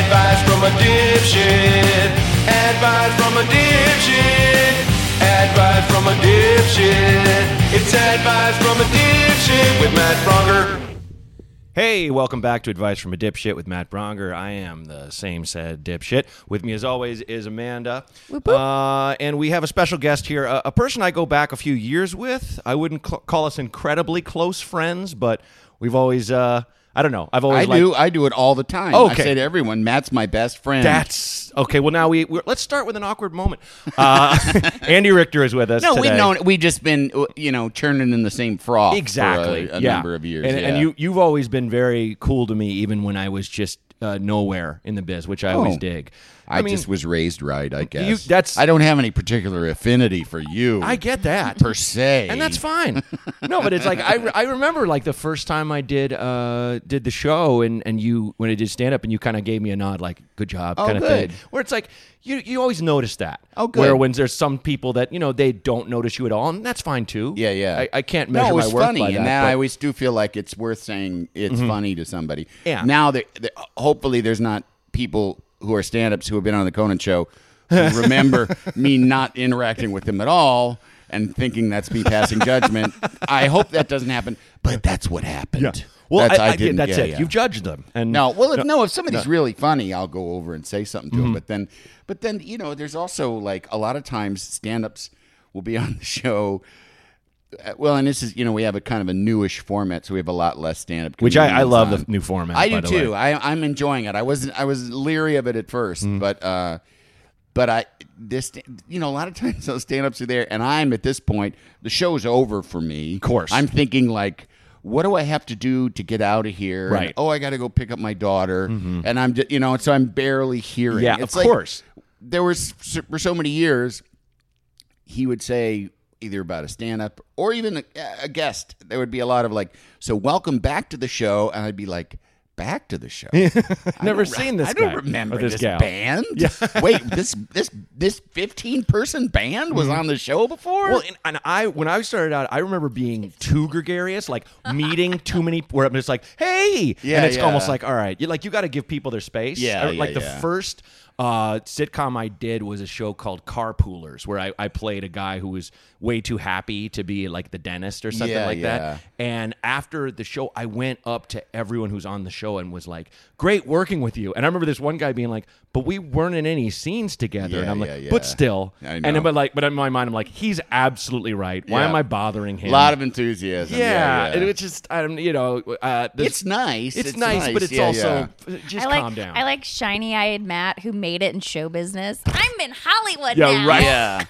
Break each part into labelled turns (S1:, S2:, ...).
S1: Advice from a dipshit. Advice from a dipshit. Advice from a dipshit. It's advice from a dipshit with Matt Bronger.
S2: Hey, welcome back to Advice from a Dipshit with Matt Bronger. I am the same said dipshit. With me, as always, is Amanda. Uh, and we have a special guest here, a, a person I go back a few years with. I wouldn't cl- call us incredibly close friends, but we've always, uh, I don't know, I've
S3: I
S2: always liked-
S3: do. I do it all the time.
S2: Okay.
S3: I say to everyone, Matt's my best friend.
S2: That's okay. Well, now we we're, let's start with an awkward moment. Uh, Andy Richter is with us.
S3: no, we've
S2: today.
S3: known. We've just been, you know, churning in the same froth
S2: exactly
S3: for a, a
S2: yeah.
S3: number of years.
S2: And, and
S3: yeah.
S2: you you've always been very cool to me, even when I was just uh, nowhere in the biz, which I always
S3: Oh.
S2: dig.
S3: I, just was raised right. I guess
S2: that's-
S3: I don't have any particular affinity for you.
S2: I get that
S3: per se,
S2: and that's fine. no, but it's like I, re- I remember like the first time I did uh did the show and and you when I did stand up and you kind of gave me a nod like good job
S3: Oh,
S2: kind of
S3: good.
S2: thing where it's like you you always notice that.
S3: Oh, good.
S2: Where when there's some people that you know they don't notice you at all and that's fine too.
S3: Yeah, yeah.
S2: I, I can't measure
S3: no, it was
S2: my worth
S3: funny,
S2: by
S3: and now
S2: that, but- Mm-hmm.
S3: I always do feel like it's worth saying it's funny to somebody.
S2: Yeah.
S3: Now that that- hopefully there's not people who are stand-ups who have been on the Conan show who remember me not interacting with them at all and thinking that's me passing judgment. I hope that doesn't happen, but that's what happened.
S2: well,
S3: that's,
S2: I, I-
S3: didn't-
S2: that's
S3: yeah,
S2: it.
S3: yeah.
S2: You've judged them, and
S3: No, well, if, no, if somebody's really funny, I'll go over and say something to
S2: Mm-hmm.
S3: him. But then, but then, you know, there's also like a lot of times stand-ups will be on the show. Uh, Well, and this is you know we have a kind of a newish format, so we have a lot less stand-up.
S2: Which I- I
S3: comedians
S2: love the
S3: on.
S2: new format,
S3: I
S2: by
S3: do
S2: the
S3: too.
S2: way.
S3: I, I'm enjoying it. I wasn't. I was leery of it at 1st
S2: Mm.
S3: but uh, but I this you know a lot of times those stand-ups are there, and I'm at this point the show's over for me. Of
S2: course.
S3: I'm thinking like. What do I have to do to get out of here? And,
S2: Right. Mm-hmm.
S3: oh, I got to go pick up my daughter, and I'm just, you know, so I'm barely hearing.
S2: Yeah,
S3: It's
S2: of
S3: like,
S2: course.
S3: There was for so many years, he would say either about a stand-up or even a, a guest. There would be a lot of like, "So welcome back to the show," and I'd be like. Back to the show. I've
S2: Never seen this
S3: I don't
S2: guy
S3: remember
S2: or this gal.
S3: band. Wait, this this this fifteen person band was on the show before.
S2: Mm-hmm. Well, and, and I when I started out, I remember being too gregarious, like meeting too many. Where I'm just like, hey,
S3: Yeah,
S2: and it's
S3: yeah.
S2: almost like, all right, you like you got to give people their space.
S3: Yeah,
S2: I-
S3: yeah,
S2: like the
S3: yeah.
S2: first uh, sitcom I did was a show called Carpoolers, where I, I played a guy who was way too happy to be like the dentist or something
S3: Yeah,
S2: like
S3: yeah.
S2: that. And after the show, I went up to everyone who's on the show and was like, "Great working with you." And I remember this one guy being like, "But we weren't in any scenes together." and
S3: Yeah,
S2: I'm like,
S3: yeah,
S2: "But
S3: yeah.
S2: still."
S3: I
S2: And
S3: know.
S2: I'm like, but in my mind, I'm like, he's absolutely right. Why
S3: Yeah.
S2: am I bothering him?
S3: a lot of enthusiasm.
S2: yeah,
S3: Yeah, yeah.
S2: and it's just I don't, you know, uh, this-
S3: It's nice.
S2: It's,
S3: It's
S2: nice,
S3: nice.
S2: but it's
S3: Yeah,
S2: also just
S4: I like,
S2: calm down.
S4: I like shiny-eyed Matt who made it in show business. I'm in Hollywood
S2: Yeah,
S4: now.
S2: right.
S3: yeah.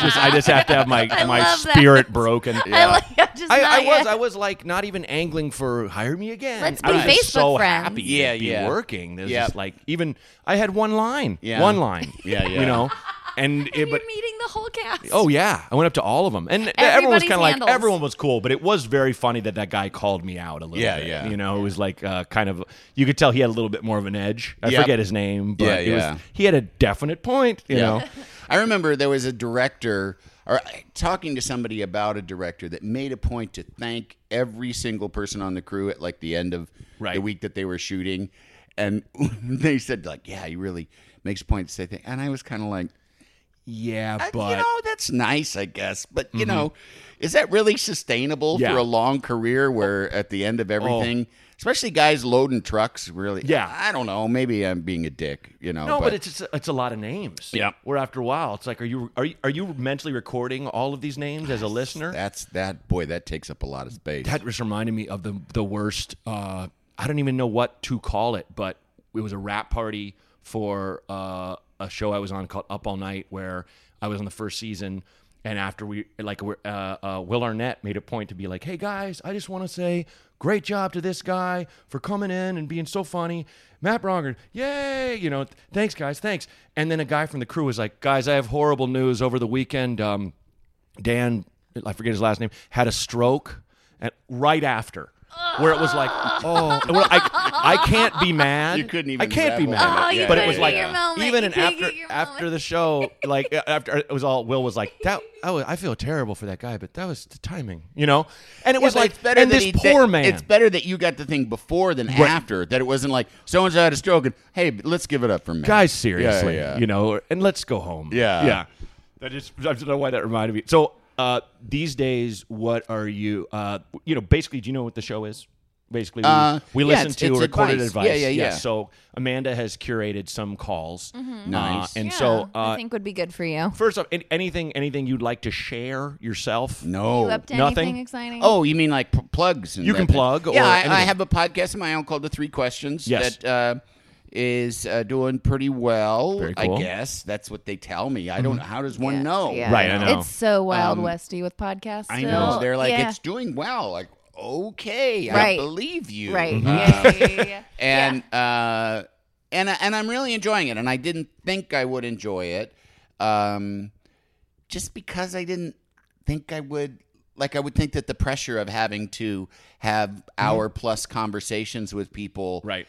S2: just, I just have to have my
S4: I
S2: my
S4: love that.
S2: spirit broken.
S4: I like. I'm just
S2: I,
S4: not
S2: I was
S4: yet-
S2: I was like not even angling for hire me again.
S4: Let's
S2: I
S4: be
S2: was just so
S4: Facebook friends.
S2: happy. to
S3: Yeah,
S2: be
S3: yeah.
S2: Working. There's
S3: Yeah.
S2: just like even I had one line.
S3: Yeah.
S2: One line.
S3: Yeah, yeah.
S2: You know, and it,
S4: You're
S2: but
S4: meeting the whole cast.
S2: Oh yeah, I went up to all of them, and everyone was
S4: Everybody's
S2: kind of like
S4: handles.
S2: everyone was cool, but it was very funny that that guy called me out a little.
S3: Yeah,
S2: bit.
S3: yeah.
S2: You know, it was like uh, kind of you could tell he had a little bit more of an edge. I
S3: Yep.
S2: forget his name, but
S3: Yeah,
S2: it was-
S3: yeah.
S2: he had a definite point. You know,
S3: I remember there was a director or uh, talking to somebody about a director that made a point to thank every single person on the crew at like the end of
S2: Right.
S3: the week that they were shooting. And they said like, yeah, he really makes a point to say things. And I was kind of like,
S2: yeah,
S3: "Uh,
S2: but Mm-hmm.
S3: you know, that's nice, I guess. But you know, is that really sustainable
S2: Yeah. Oh.
S3: for a long career where at the end of everything, especially guys loading trucks really,
S2: Yeah.
S3: I don't know. Maybe I'm being a dick, you know,
S2: no, but, it's it's it's a lot of names.
S3: Yeah.
S2: where after a while, it's like, are you are you, are you mentally recording all of these names as a listener?
S3: that's that boy, that takes up a lot of space.
S2: that just reminded me of the the worst. Uh, I don't even know what to call it, but it was a rap party for uh, a show I was on called Up All Night, where I was on the first season. And after we like we're, uh, uh, Will Arnett made a point to be like, "Hey guys, I just want to say great job to this guy for coming in and being so funny." Matt Bronger, yay! You know, thanks guys, thanks. And then a guy from the crew was like, "Guys, I have horrible news over the weekend. Um, Dan, I forget his last name, had a stroke and right after. where it was like, oh, and well, I, I can't be mad.
S3: You couldn't
S2: I
S3: even
S2: can't be
S3: revel
S2: mad.
S3: in it. Oh, you
S2: but it
S3: couldn't
S2: was
S3: get
S2: like
S3: your
S4: moment.
S2: even
S4: You
S2: and
S4: couldn't
S2: after
S4: get your
S2: after
S4: moment.
S2: the show, like after it was all Will was like that. Oh, I feel terrible for that guy, but that was the timing, you know. And it was
S3: Yeah, but
S2: like,
S3: it's better
S2: and
S3: that
S2: this
S3: he-
S2: poor
S3: that-
S2: man.
S3: It's better that you got the thing before than after. That it wasn't like so and so had a stroke and hey, but let's give it up for me.
S2: guys seriously
S3: yeah.
S2: you know and let's go home
S3: Yeah.
S2: yeah that just i don't know why that reminded me so uh these days what are you uh you know basically do you know what the show is basically we,
S3: Uh,
S2: we
S3: yeah,
S2: listen
S3: it's-
S2: to
S3: it's
S2: recorded
S3: advice.
S2: advice,
S3: Yeah, yeah, yeah.
S2: so amanda has curated some calls
S3: Nice.
S2: Uh, and
S4: Yeah,
S2: so uh
S4: I think would be good for you.
S2: first off an- anything anything you'd like to share yourself
S3: No.
S4: you up to
S2: oh, nothing?
S4: anything exciting?
S3: Oh, you mean like p- plugs? And
S2: You
S3: that
S2: can
S3: thing.
S2: plug or
S3: Yeah, I, I
S2: anything.
S3: have a podcast of my own called The Three Questions.
S2: Yes.
S3: That uh, is uh, doing pretty well.
S2: Very
S3: I
S2: cool. Mm-hmm.
S3: guess that's what they tell me. I don't. know. How does one
S4: Yeah,
S3: know?
S4: yeah.
S2: Right, I know. Um,
S4: It's so wild westy with podcasts.
S3: I
S4: still.
S3: know. They're like,
S4: Yeah.
S3: it's doing well. Like, okay, I
S4: Right.
S3: believe you.
S4: right.
S2: Mm-hmm.
S3: Uh,
S4: Yeah, yeah, yeah, yeah.
S3: and uh, and and I'm really enjoying it. And I didn't think I would enjoy it, um, just because I didn't think I would. Like I would think that the pressure of having to have hour plus conversations with people
S2: Mm-hmm. right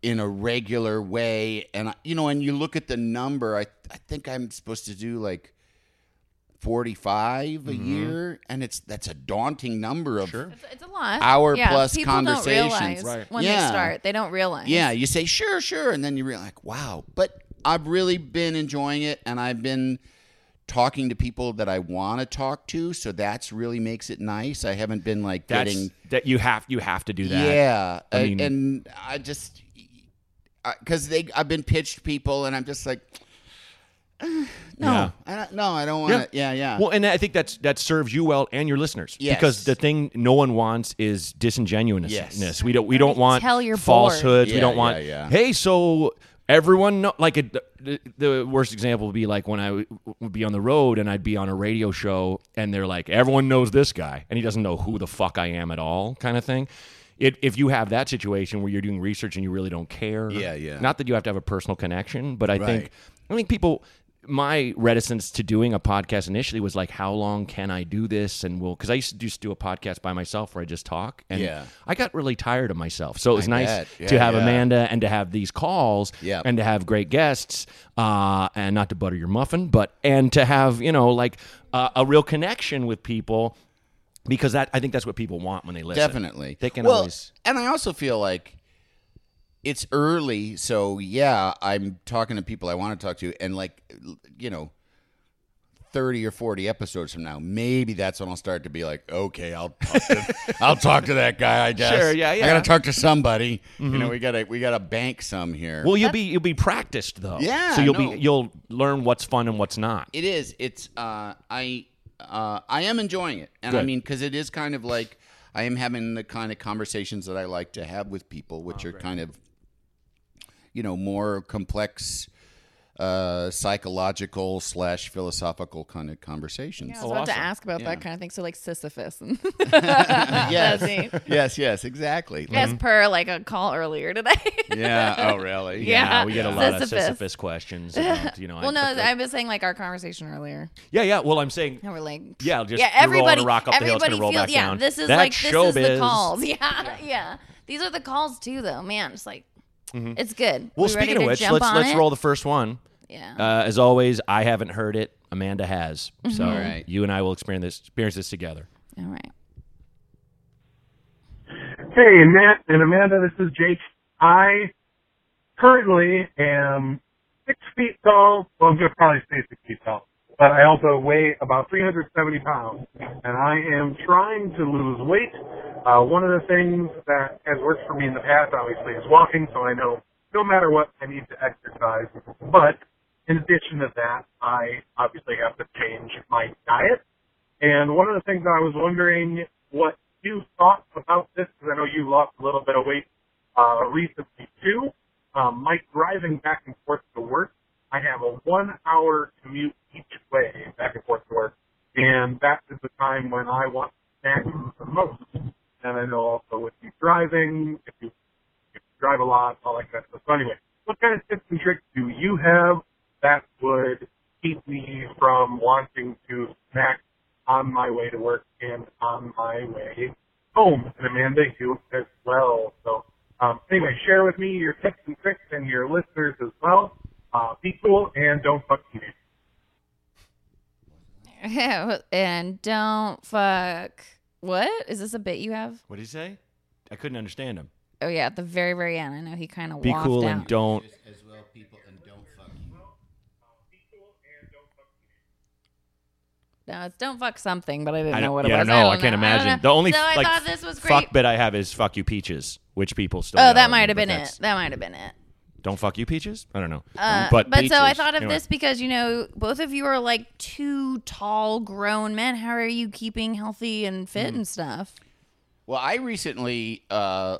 S3: in a regular way, and I, you know, and you look at the number, I I think I'm supposed to do like. 45 a year and it's that's a daunting number of
S2: Mm-hmm. Sure.
S4: It's, it's a lot.
S3: Hour
S4: yeah,
S3: plus
S4: people
S3: conversations.
S4: Don't realize
S2: Right.
S4: When
S3: Yeah.
S4: they start, they don't realize.
S3: Yeah, you say sure, sure, and then you realize, like, wow. But I've really been enjoying it, and I've been talking to people that I want to talk to, so that's really makes it nice. I haven't been like
S2: that's
S3: getting
S2: that you have you have to do that
S3: yeah,
S2: I
S3: I-
S2: mean-
S3: and I just because they I've been pitched people, and I'm just like, "Eh, no,
S2: Yeah.
S3: I don't, no, I don't want to. Yeah, yeah,
S2: Well, and I think that's that serves you well and your listeners.
S3: Yes.
S2: Because the thing no one wants is disingenuousness.
S3: Yes.
S2: We don't we don't want
S4: Tell you're
S2: falsehoods. we
S3: Yeah,
S2: don't want
S3: yeah, yeah.
S2: hey, so everyone know like it, the, the worst example would be like when I w- would be on the road and I'd be on a radio show and they're like everyone knows this guy and he doesn't know who the fuck I am at all kind of thing. It, if you have that situation where you're doing research and you really don't care,
S3: Yeah, yeah.
S2: Not that you have to have a personal connection, but I
S3: Right.
S2: think I think people my reticence to doing a podcast initially was like how long can I do this and will cuz I used to just do a podcast by myself where I just talk and
S3: Yeah.
S2: I got really tired of myself. So it was nice
S3: bet. Yeah,
S2: to have
S3: yeah.
S2: Amanda and to have these calls
S3: Yep.
S2: and to have great guests uh, and not to butter your muffin but and to have, you know, like uh, a real connection with people because that I think that's what people want when they listen.
S3: definitely.
S2: They can always-
S3: and I also feel like it's early, so yeah, I'm talking to people I want to talk to, and like, you know, thirty or forty episodes from now, maybe that's when I'll start to be like, okay, I'll talk to, I'll talk to that guy. I guess.
S2: Sure, yeah,
S3: I
S2: yeah. Mm-hmm.
S3: gotta talk to somebody. You know, we gotta we gotta bank some here.
S2: Well, you'll be you'll be practiced though.
S3: Yeah,
S2: So you'll
S3: no.
S2: be you'll learn what's fun and what's not.
S3: It is. It's. Uh, I. Uh, I am enjoying it, and I
S2: Good.
S3: mean, because it is kind of like I am having the kind of conversations that I like to have with people, which are kind of, you know, more complex, uh, psychological slash philosophical kind of conversations.
S4: Yeah, I was
S2: Oh,
S4: about to
S2: awesome. Mm-hmm.
S4: ask about
S3: Yeah.
S4: that kind of thing. So like Sisyphus, and
S3: yes.
S4: That's neat.
S3: yes. Yes. Exactly.
S4: as per like a call earlier today.
S3: Yeah. Oh, really?
S4: Yeah.
S2: Uh, we get a lot of
S4: Sisyphus.
S2: Sisyphus questions. About, you know,
S4: well, no,
S2: I,
S4: I was saying like our conversation earlier.
S2: yeah, yeah. Well, I'm saying
S4: And we're like,
S2: Yeah, just
S4: yeah,
S2: you're rolling a
S4: everybody,
S2: rock up the hill, it's
S4: everybody
S2: gonna roll
S4: feel-
S2: back
S4: yeah,
S2: down.
S4: this is
S2: That's
S4: like this is
S2: showbiz.
S4: the calls. Yeah, yeah, These are the calls too, though. Man, it's like it's good.
S2: Mm-hmm. Well,
S4: We ready
S2: speaking of
S4: to
S2: which,
S4: jump
S2: let's
S4: on
S2: let's
S4: it? Uh-huh.
S2: roll the first one.
S4: Yeah.
S2: Uh, as always, I haven't heard it. Amanda has.
S4: Mm-hmm.
S2: So
S3: Alright.
S2: you and I will experience this experience this together.
S4: All right.
S5: Hey, Matt and Amanda, this is Jake. I currently am six feet tall. Well, I'm going to probably stay six feet tall, but I also weigh about 370 pounds, and I am trying to lose weight. Uh, one of the things that has worked for me in the past, obviously, is walking, so I know no matter what, I need to exercise. But in addition to that, I obviously have to change my diet. And one of the things I was wondering what you thought about this, because I know you lost a little bit of weight uh, recently too. Um, Mike, driving back and forth to work, I have a one-hour commute each way back and forth to work, and that is the time when I want to snack the most. And I know also with you driving, if you if you drive a lot, all that kind of stuff. So anyway, what kind of tips and tricks do you have that would keep me from wanting to snack on my way to work and on my way home. And Amanda, you as well. So um, anyway, share with me your tips and tricks and your listeners as well. Uh, be cool and don't fuck me.
S4: and don't fuck. What is this a bit you have?
S2: What did he say? I couldn't understand him.
S4: Oh yeah, at the very very end. I know he kind of
S2: Be cool and don't.
S3: as well, people, and don't fuck you.
S4: No, it's don't fuck something, but I didn't
S2: I
S4: know
S2: don't,
S4: what
S2: yeah,
S4: it was.
S2: I don't know. I, can't
S4: don't
S2: imagine.
S4: know.
S2: The only
S4: so I
S2: like,
S4: thought this was great.
S2: fuck bit I have is fuck you peaches, which people still.
S4: oh,
S2: yell
S4: that
S2: at me,
S4: might have
S2: but
S4: been it.
S2: that's-
S4: That might have been it.
S2: Don't fuck you peaches. I don't know.
S3: Mm,
S4: Uh,
S2: but
S4: but so I
S2: peaches.
S4: thought of
S2: Anyway.
S4: this because you know both of you are like two tall grown men. How are you keeping healthy and fit
S3: Mm.
S4: and stuff?
S3: Well, I recently uh,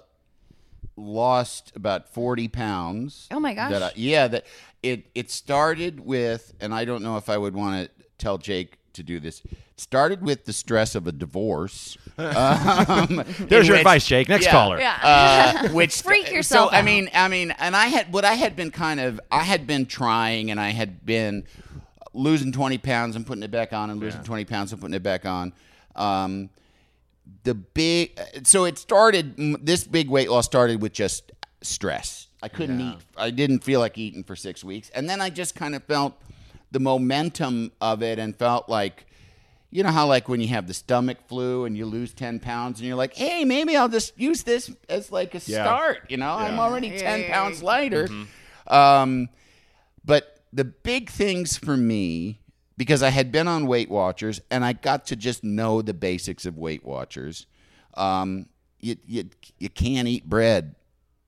S3: lost about forty pounds.
S4: Oh my gosh.
S3: That I, yeah, that it it started with, and I don't know if I would want to tell Jake to do this. It started with the stress of a divorce. Um,
S2: There's
S3: in
S2: your
S3: which-
S2: advice, Jake. Next
S3: yeah,
S2: caller.
S4: Yeah.
S3: uh, which
S4: Freak yourself
S3: So I
S4: out.
S3: mean, I mean, and I had what I had been kind of, I had been trying, and I had been losing twenty pounds and putting it back on, and losing twenty pounds and putting it back on. Um, the big, so it started. m- This big weight loss started with just stress. I couldn't eat. I didn't feel like eating for six weeks, and then I just kind of felt the momentum of it, and felt like you know how like when you have the stomach flu and you lose 10 pounds and you're like hey maybe i'll just use this as like a start you know i'm already 10 pounds lighter um, but the big things for me because i had been on weight watchers and i got to just know the basics of weight watchers um, you, you, you can't eat bread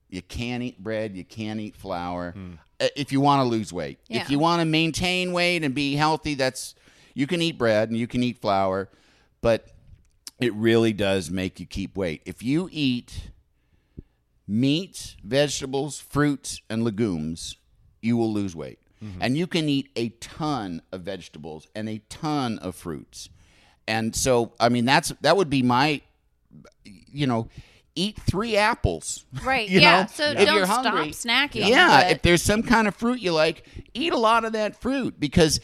S3: you can't eat bread you can't eat flour uh, if you want to lose weight
S4: Yeah.
S3: if you want to maintain weight and be healthy that's you can eat bread and you can eat flour but it really does make you keep weight if you eat meat vegetables fruits and legumes you will lose weight and you can eat a ton of vegetables and a ton of fruits and so i mean that's that would be my you know eat three apples
S4: Right.
S3: you
S4: yeah.
S3: know,
S4: So
S3: if
S4: don't
S3: you're
S4: stop
S3: hungry-
S4: snacking.
S3: yeah,
S4: but-
S3: if there's some kind of fruit you like, eat a lot of that fruit because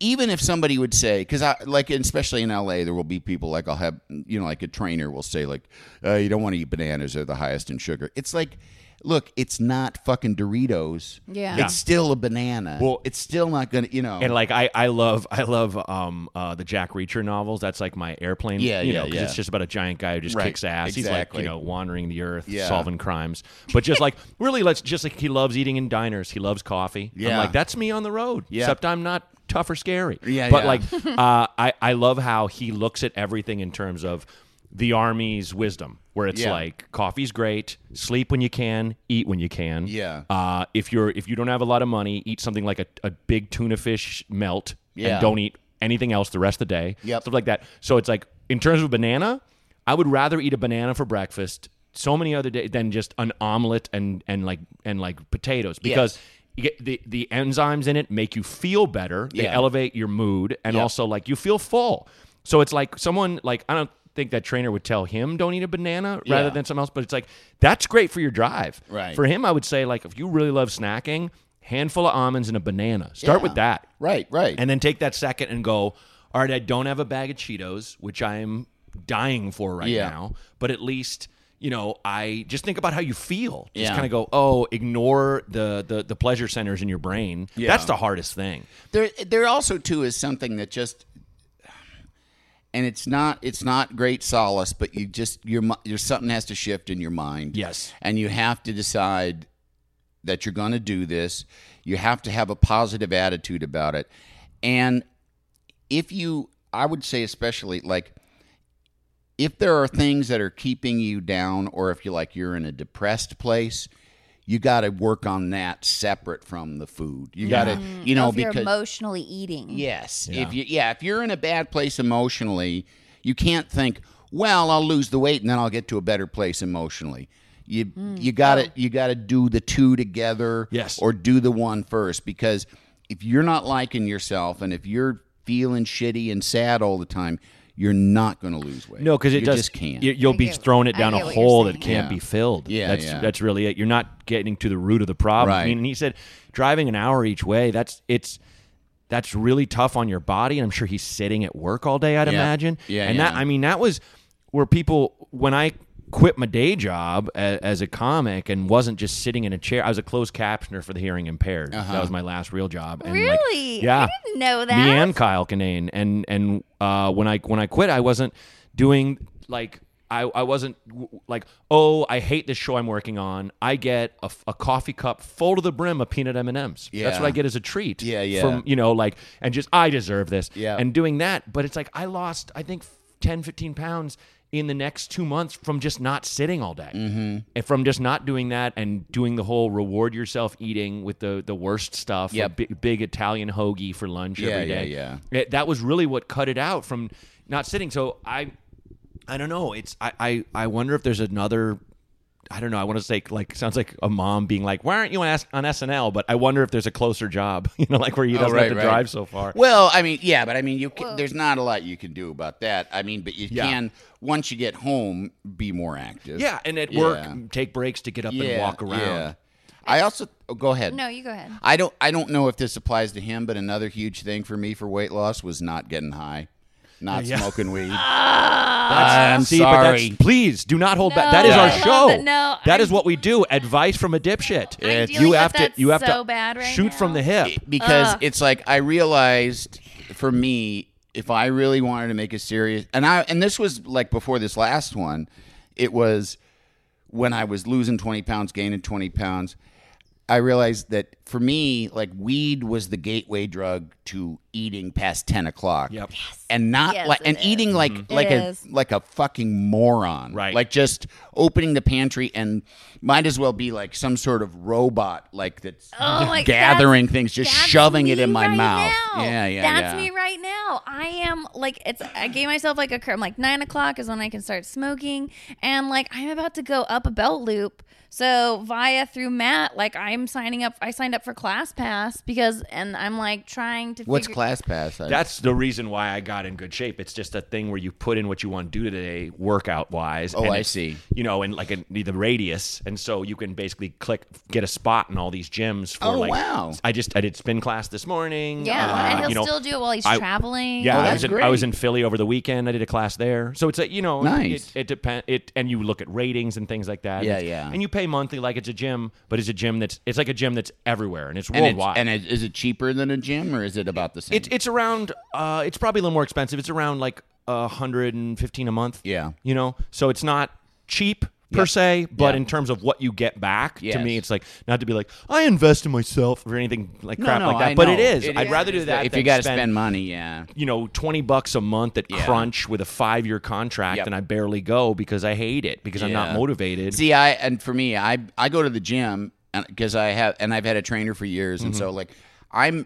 S3: even if somebody would say, because I like, especially in LA, there will be people like I'll have, you know, like a trainer will say like, uh, you don't want to eat bananas; they're the highest in sugar. It's like, look, it's not fucking Doritos.
S4: Yeah.
S3: it's still a banana.
S2: Well-
S3: Well, it's still not gonna, you know.
S2: And like I, I love, I love um uh the Jack Reacher novels. That's like my airplane.
S3: Yeah,
S2: you
S3: yeah,
S2: know, 'cause
S3: yeah.
S2: It's just about a giant guy who just
S3: Right,
S2: kicks ass. He's like
S3: exactly.
S2: you know wandering the earth,
S3: Yeah.
S2: solving crimes. But just like really, let's just like he loves eating in diners. He loves coffee. I'm
S3: Yeah.
S2: like that's me on the road.
S3: Yeah.
S2: Except I'm not tough or scary.
S3: Yeah,
S2: But
S3: yeah.
S2: like uh, I, I love how he looks at everything in terms of the army's wisdom, where it's
S3: Yeah.
S2: like coffee's great, sleep when you can, eat when you can.
S3: Yeah.
S2: Uh, if you're if you don't have a lot of money, eat something like a, a big tuna fish melt
S3: Yeah.
S2: and don't eat anything else the rest of the day.
S3: Yep.
S2: Stuff like that. So it's like in terms of banana, I would rather eat a banana for breakfast so many other days than just an omelet and and like and like potatoes because you get the the enzymes in it make you feel better. They
S3: Yeah.
S2: elevate your mood and
S3: Yep.
S2: also like you feel full. So it's like someone like I don't think that trainer would tell him don't eat a banana rather
S3: Yeah.
S2: than something else but it's like that's great for your drive
S3: Right.
S2: for him i would say like if you really love snacking handful of almonds and a banana start with that
S3: right, right,
S2: and then take that second and go all right i don't have a bag of cheetos which i'm dying for right
S3: Yeah.
S2: now but at least you know i just think about how you feel just
S3: Yeah.
S2: kind of go oh ignore the, the the pleasure centers in your brain
S3: Yeah.
S2: that's the hardest thing
S3: there there also too is something that just and it's not it's not great solace but you just your mi- your something has to shift in your mind
S2: Yes.
S3: and you have to decide that you're going to do this you have to have a positive attitude about it and if you i would say especially like if there are things that are keeping you down or if you like you're in a depressed place you got to work on that separate from the food you got to you know
S4: if you're
S3: because
S4: emotionally eating.
S3: Yes. If you yeah, if you're in a bad place emotionally, you can't think, well, I'll lose the weight and then I'll get to a better place emotionally. You you got to you got to do the two together
S2: Hmm. Oh. Yes.
S3: or do the one first because if you're not liking yourself and if you're feeling shitty and sad all the time, you're not going to lose weight.
S2: No, because it
S3: you
S2: does.
S3: just can't.
S2: You, you'll
S4: I
S2: be
S4: get-
S2: throwing it
S4: I
S2: down a
S4: get what you're
S2: hole that
S4: saying.
S2: can't be filled.
S3: Yeah,
S2: that's
S3: yeah.
S2: that's really it. You're not getting to the root of the problem. I
S3: Right.
S2: mean, and he said driving an hour each way. That's it's that's really tough on your body. And I'm sure he's sitting at work all day. I'd
S3: Yeah.
S2: imagine.
S3: Yeah,
S2: and that
S3: yeah.
S2: I mean that was where people when I quit my day job as, as a comic and wasn't just sitting in a chair. I was a closed captioner for the hearing impaired.
S3: Uh-huh.
S2: That was my last real job. And, like,
S4: Really?
S2: yeah.
S4: I didn't know that.
S2: Me and Kyle Kinane. And and uh, when I when I quit, I wasn't doing like I, I wasn't w- like oh I hate this show I'm working on. I get a, f- a coffee cup full to the brim of peanut M and M's. That's
S3: Yeah.
S2: what I get as a treat.
S3: Yeah, yeah.
S2: From you know like and just I deserve this.
S3: Yeah.
S2: And doing that, but it's like I lost I think 10, 15 pounds in the next two months from just not sitting all day
S3: Mm-hmm.
S2: and from just not doing that and doing the whole reward yourself eating with the the worst stuff a
S3: Yep.
S2: bi- big, Italian hoagie for lunch
S3: Yeah,
S2: every
S3: yeah,
S2: day.
S3: yeah.
S2: It- that was really what cut it out from not sitting. So I, I don't know. It's I, I, I wonder if there's another. I don't know. I want to say like sounds like a mom being like, "Why aren't you on, S- on SNL?" But I wonder if there's a closer job, you know, like where you
S3: Oh,
S2: doesn't
S3: right,
S2: have to
S3: right.
S2: drive so far.
S3: Well, I mean, yeah, but I mean, you can, there's not a lot you can do about that. I mean, but you
S2: Yeah.
S3: can once you get home be more active.
S2: yeah, and at
S3: Yeah.
S2: work, take breaks to get up and
S3: Yeah,
S2: walk around.
S3: yeah. I also oh, go ahead.
S4: No, you go ahead.
S3: I don't. I don't know if this applies to him, but another huge thing for me for weight loss was not getting high, not
S2: Yeah.
S3: smoking weed.
S2: That's-
S3: I'm
S2: see, but that's-
S3: sorry.
S2: please do not hold
S4: No,
S2: back. That is
S4: I
S2: our
S4: love
S2: show.
S4: it. No,
S2: That
S4: I'm-
S2: is what we do. Advice from a dipshit.
S4: I'm dealing
S2: you
S4: with
S2: have to.
S4: that
S2: You have
S4: so
S2: to
S4: bad right
S2: shoot from
S4: now.
S2: the hip.
S3: because
S4: Ugh.
S3: it's like I realized for me, if I really wanted to make a serious and I and this was like before this last one, it was when I was losing twenty pounds, gaining twenty pounds, I realized that for me, like weed was the gateway drug to eating past ten o'clock.
S2: Yep. Mm-hmm.
S3: And not
S4: Yes,
S3: like
S4: it
S3: and
S4: is.
S3: eating like like
S4: It
S3: a
S4: is.
S3: like a fucking moron.
S2: Right.
S3: Like just opening the pantry and might as well be like some sort of robot like that's
S4: Oh my
S3: gathering
S4: that's-
S3: things, just
S4: that's
S3: shoving it
S4: me
S3: in my
S4: right
S3: mouth.
S4: now.
S3: Yeah, yeah,
S4: That's
S3: yeah.
S4: me right now. I am like it's. I gave myself like a curve. Like nine o'clock is when I can start smoking, and like I'm about to go up a belt loop. So via through Matt, like I'm signing up. I signed up for Class Pass because, and I'm like trying to.
S3: What's
S4: figure-
S3: class pass? I-
S2: That's the reason why I got in good shape. It's just a thing where you put in what you want to do today, workout wise.
S3: Oh, I see.
S2: You know, and like a, the radius, and so you can basically click get a spot in all these gyms. For
S3: Oh,
S2: like,
S3: wow.
S2: I just I did spin class this morning.
S4: Yeah,
S2: uh,
S4: and he'll
S2: you know,
S4: still do it while he's
S2: I-
S4: traveling.
S2: Yeah,
S3: Oh,
S2: I
S3: that's
S2: was in, I
S3: great.
S2: was in Philly over the weekend. I did a class there, so it's a you know,
S3: Nice.
S2: It, it depends. It and you look at ratings and things like that.
S3: Yeah,
S2: It's-
S3: yeah.
S2: And you pay monthly like it's a gym, but it's a gym that's it's like a gym that's everywhere and it's
S3: and it's,
S2: worldwide.
S3: and it, is it cheaper than a gym or is it about the same?
S2: It's it's around. Uh, it's probably a little more expensive. It's around like a hundred and fifteen a month.
S3: Yeah.
S2: you know, so it's not cheap per se, but
S3: Yeah.
S2: in terms of what you get back, to me,
S3: Yes.
S2: it's like not to be like I invest in myself or anything like crap
S3: no,
S2: like that.
S3: I
S2: but
S3: know.
S2: it is.
S3: It
S2: I'd
S3: is.
S2: rather do that
S3: if
S2: than
S3: you got to spend money. Yeah,
S2: you know, 20 bucks a month at
S3: Yeah.
S2: Crunch with a five year contract,
S3: Yep.
S2: and I barely go because I hate it because I'm not
S3: Yeah.
S2: motivated.
S3: See, I and for me, I I go to the gym because I have and I've had a trainer for years, and so like I'm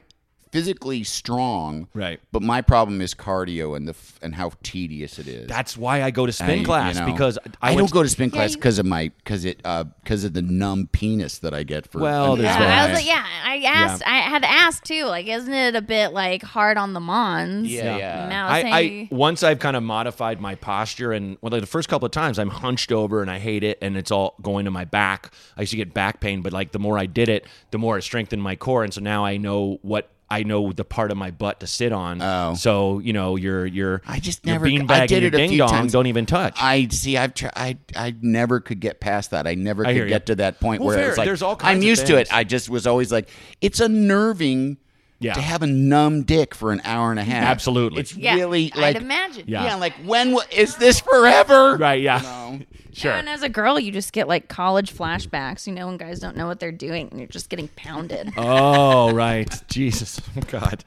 S3: physically strong,
S2: Right.
S3: But my problem is cardio and the f- and how tedious it is.
S2: That's why I go to
S3: I-
S2: spin
S3: you
S2: class
S3: know.
S2: because I,
S3: I
S2: went
S3: don't
S2: to-
S3: go to spin class
S4: you-
S3: because of my because it because of the numb penis that I get for.
S2: Well, there's
S4: Yeah,
S2: that.
S4: I
S2: Right.
S4: was like, yeah, I asked, I had asked too. Like, isn't it a bit like hard on the mons?
S3: Yeah, yeah.
S4: And I was
S2: I, I
S4: saying-
S2: once I've kind of modified my posture, and well, like the first couple of times I'm hunched over and I hate it, and it's all going to my back. I used to get back pain, but like the more I did it, the more it strengthened my core, and so now I know what I know the part of my butt to sit on.
S3: Oh.
S2: so you know your your
S3: I just
S2: your
S3: never-
S2: beanbag
S3: I did
S2: and your
S3: it a few
S2: ding dong
S3: times.
S2: don't even touch.
S3: I see. I've tried. I I never could get past that. I never
S2: I hear
S3: could
S2: you.
S3: get to that point
S2: Well,
S3: where
S2: fair.
S3: it's like
S2: There's all
S3: I'm
S2: kinds of
S3: used to
S2: things.
S3: it. I just was always like, it's unnerving
S2: Yeah.
S3: to have a numb dick for an hour and a half.
S2: Absolutely.
S3: it's
S4: yeah,
S3: really like
S4: I'd imagine.
S2: Yeah.
S3: yeah. like when wa- is this forever?
S2: right, yeah,
S3: No.
S2: sure.
S4: And as a girl, you just get like college flashbacks, you know, when guys don't know what they're doing and you're just getting pounded.
S2: Oh right, Jesus, God.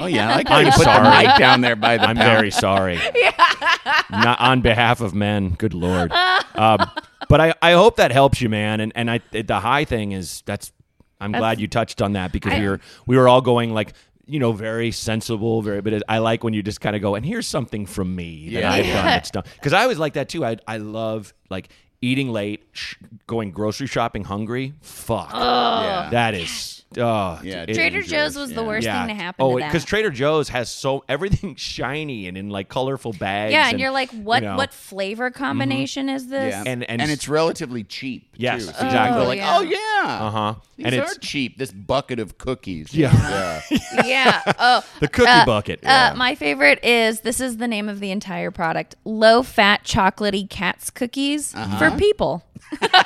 S3: Oh yeah, I
S2: I'm
S3: gotta put
S2: sorry.
S3: the mic down there by the.
S2: I'm very sorry. Not on behalf of men. Good lord. Um, but I, I hope that helps you, man. And and I the high thing is that's I'm glad you touched on that because we were we were all going like you know very sensible very but I like when you just kind of go and here's something from me that
S3: Yeah.
S2: I've done that's done because I was like that too I I love like eating late sh- going grocery shopping hungry fuck
S3: Yeah.
S2: that is uh,
S3: Yeah,
S2: it-
S4: Trader
S3: dangerous,
S4: Joe's was the
S3: yeah.
S4: worst thing to happen
S2: Oh,
S4: to that.
S2: because Trader Joe's has so everything shiny and in like colorful bags.
S4: yeah, and, you're like, what
S2: you know.
S4: what flavor combination is Oh, this?
S3: Yeah.
S2: And-
S3: And,
S2: and-
S3: and, it's relatively cheap.
S2: Yes,
S3: too. So
S2: exactly.
S3: people are like,
S4: Oh,
S3: oh,
S4: yeah.
S3: yeah.
S2: uh huh.
S3: These
S2: And
S3: are
S2: it's
S3: cheap. This bucket of cookies.
S2: Yeah.
S4: yeah. Oh,
S2: the cookie
S4: uh,
S2: bucket.
S4: Uh, my favorite is this is the name of the entire product: low-fat chocolatey cat's cookies
S2: Uh-huh.
S4: for people.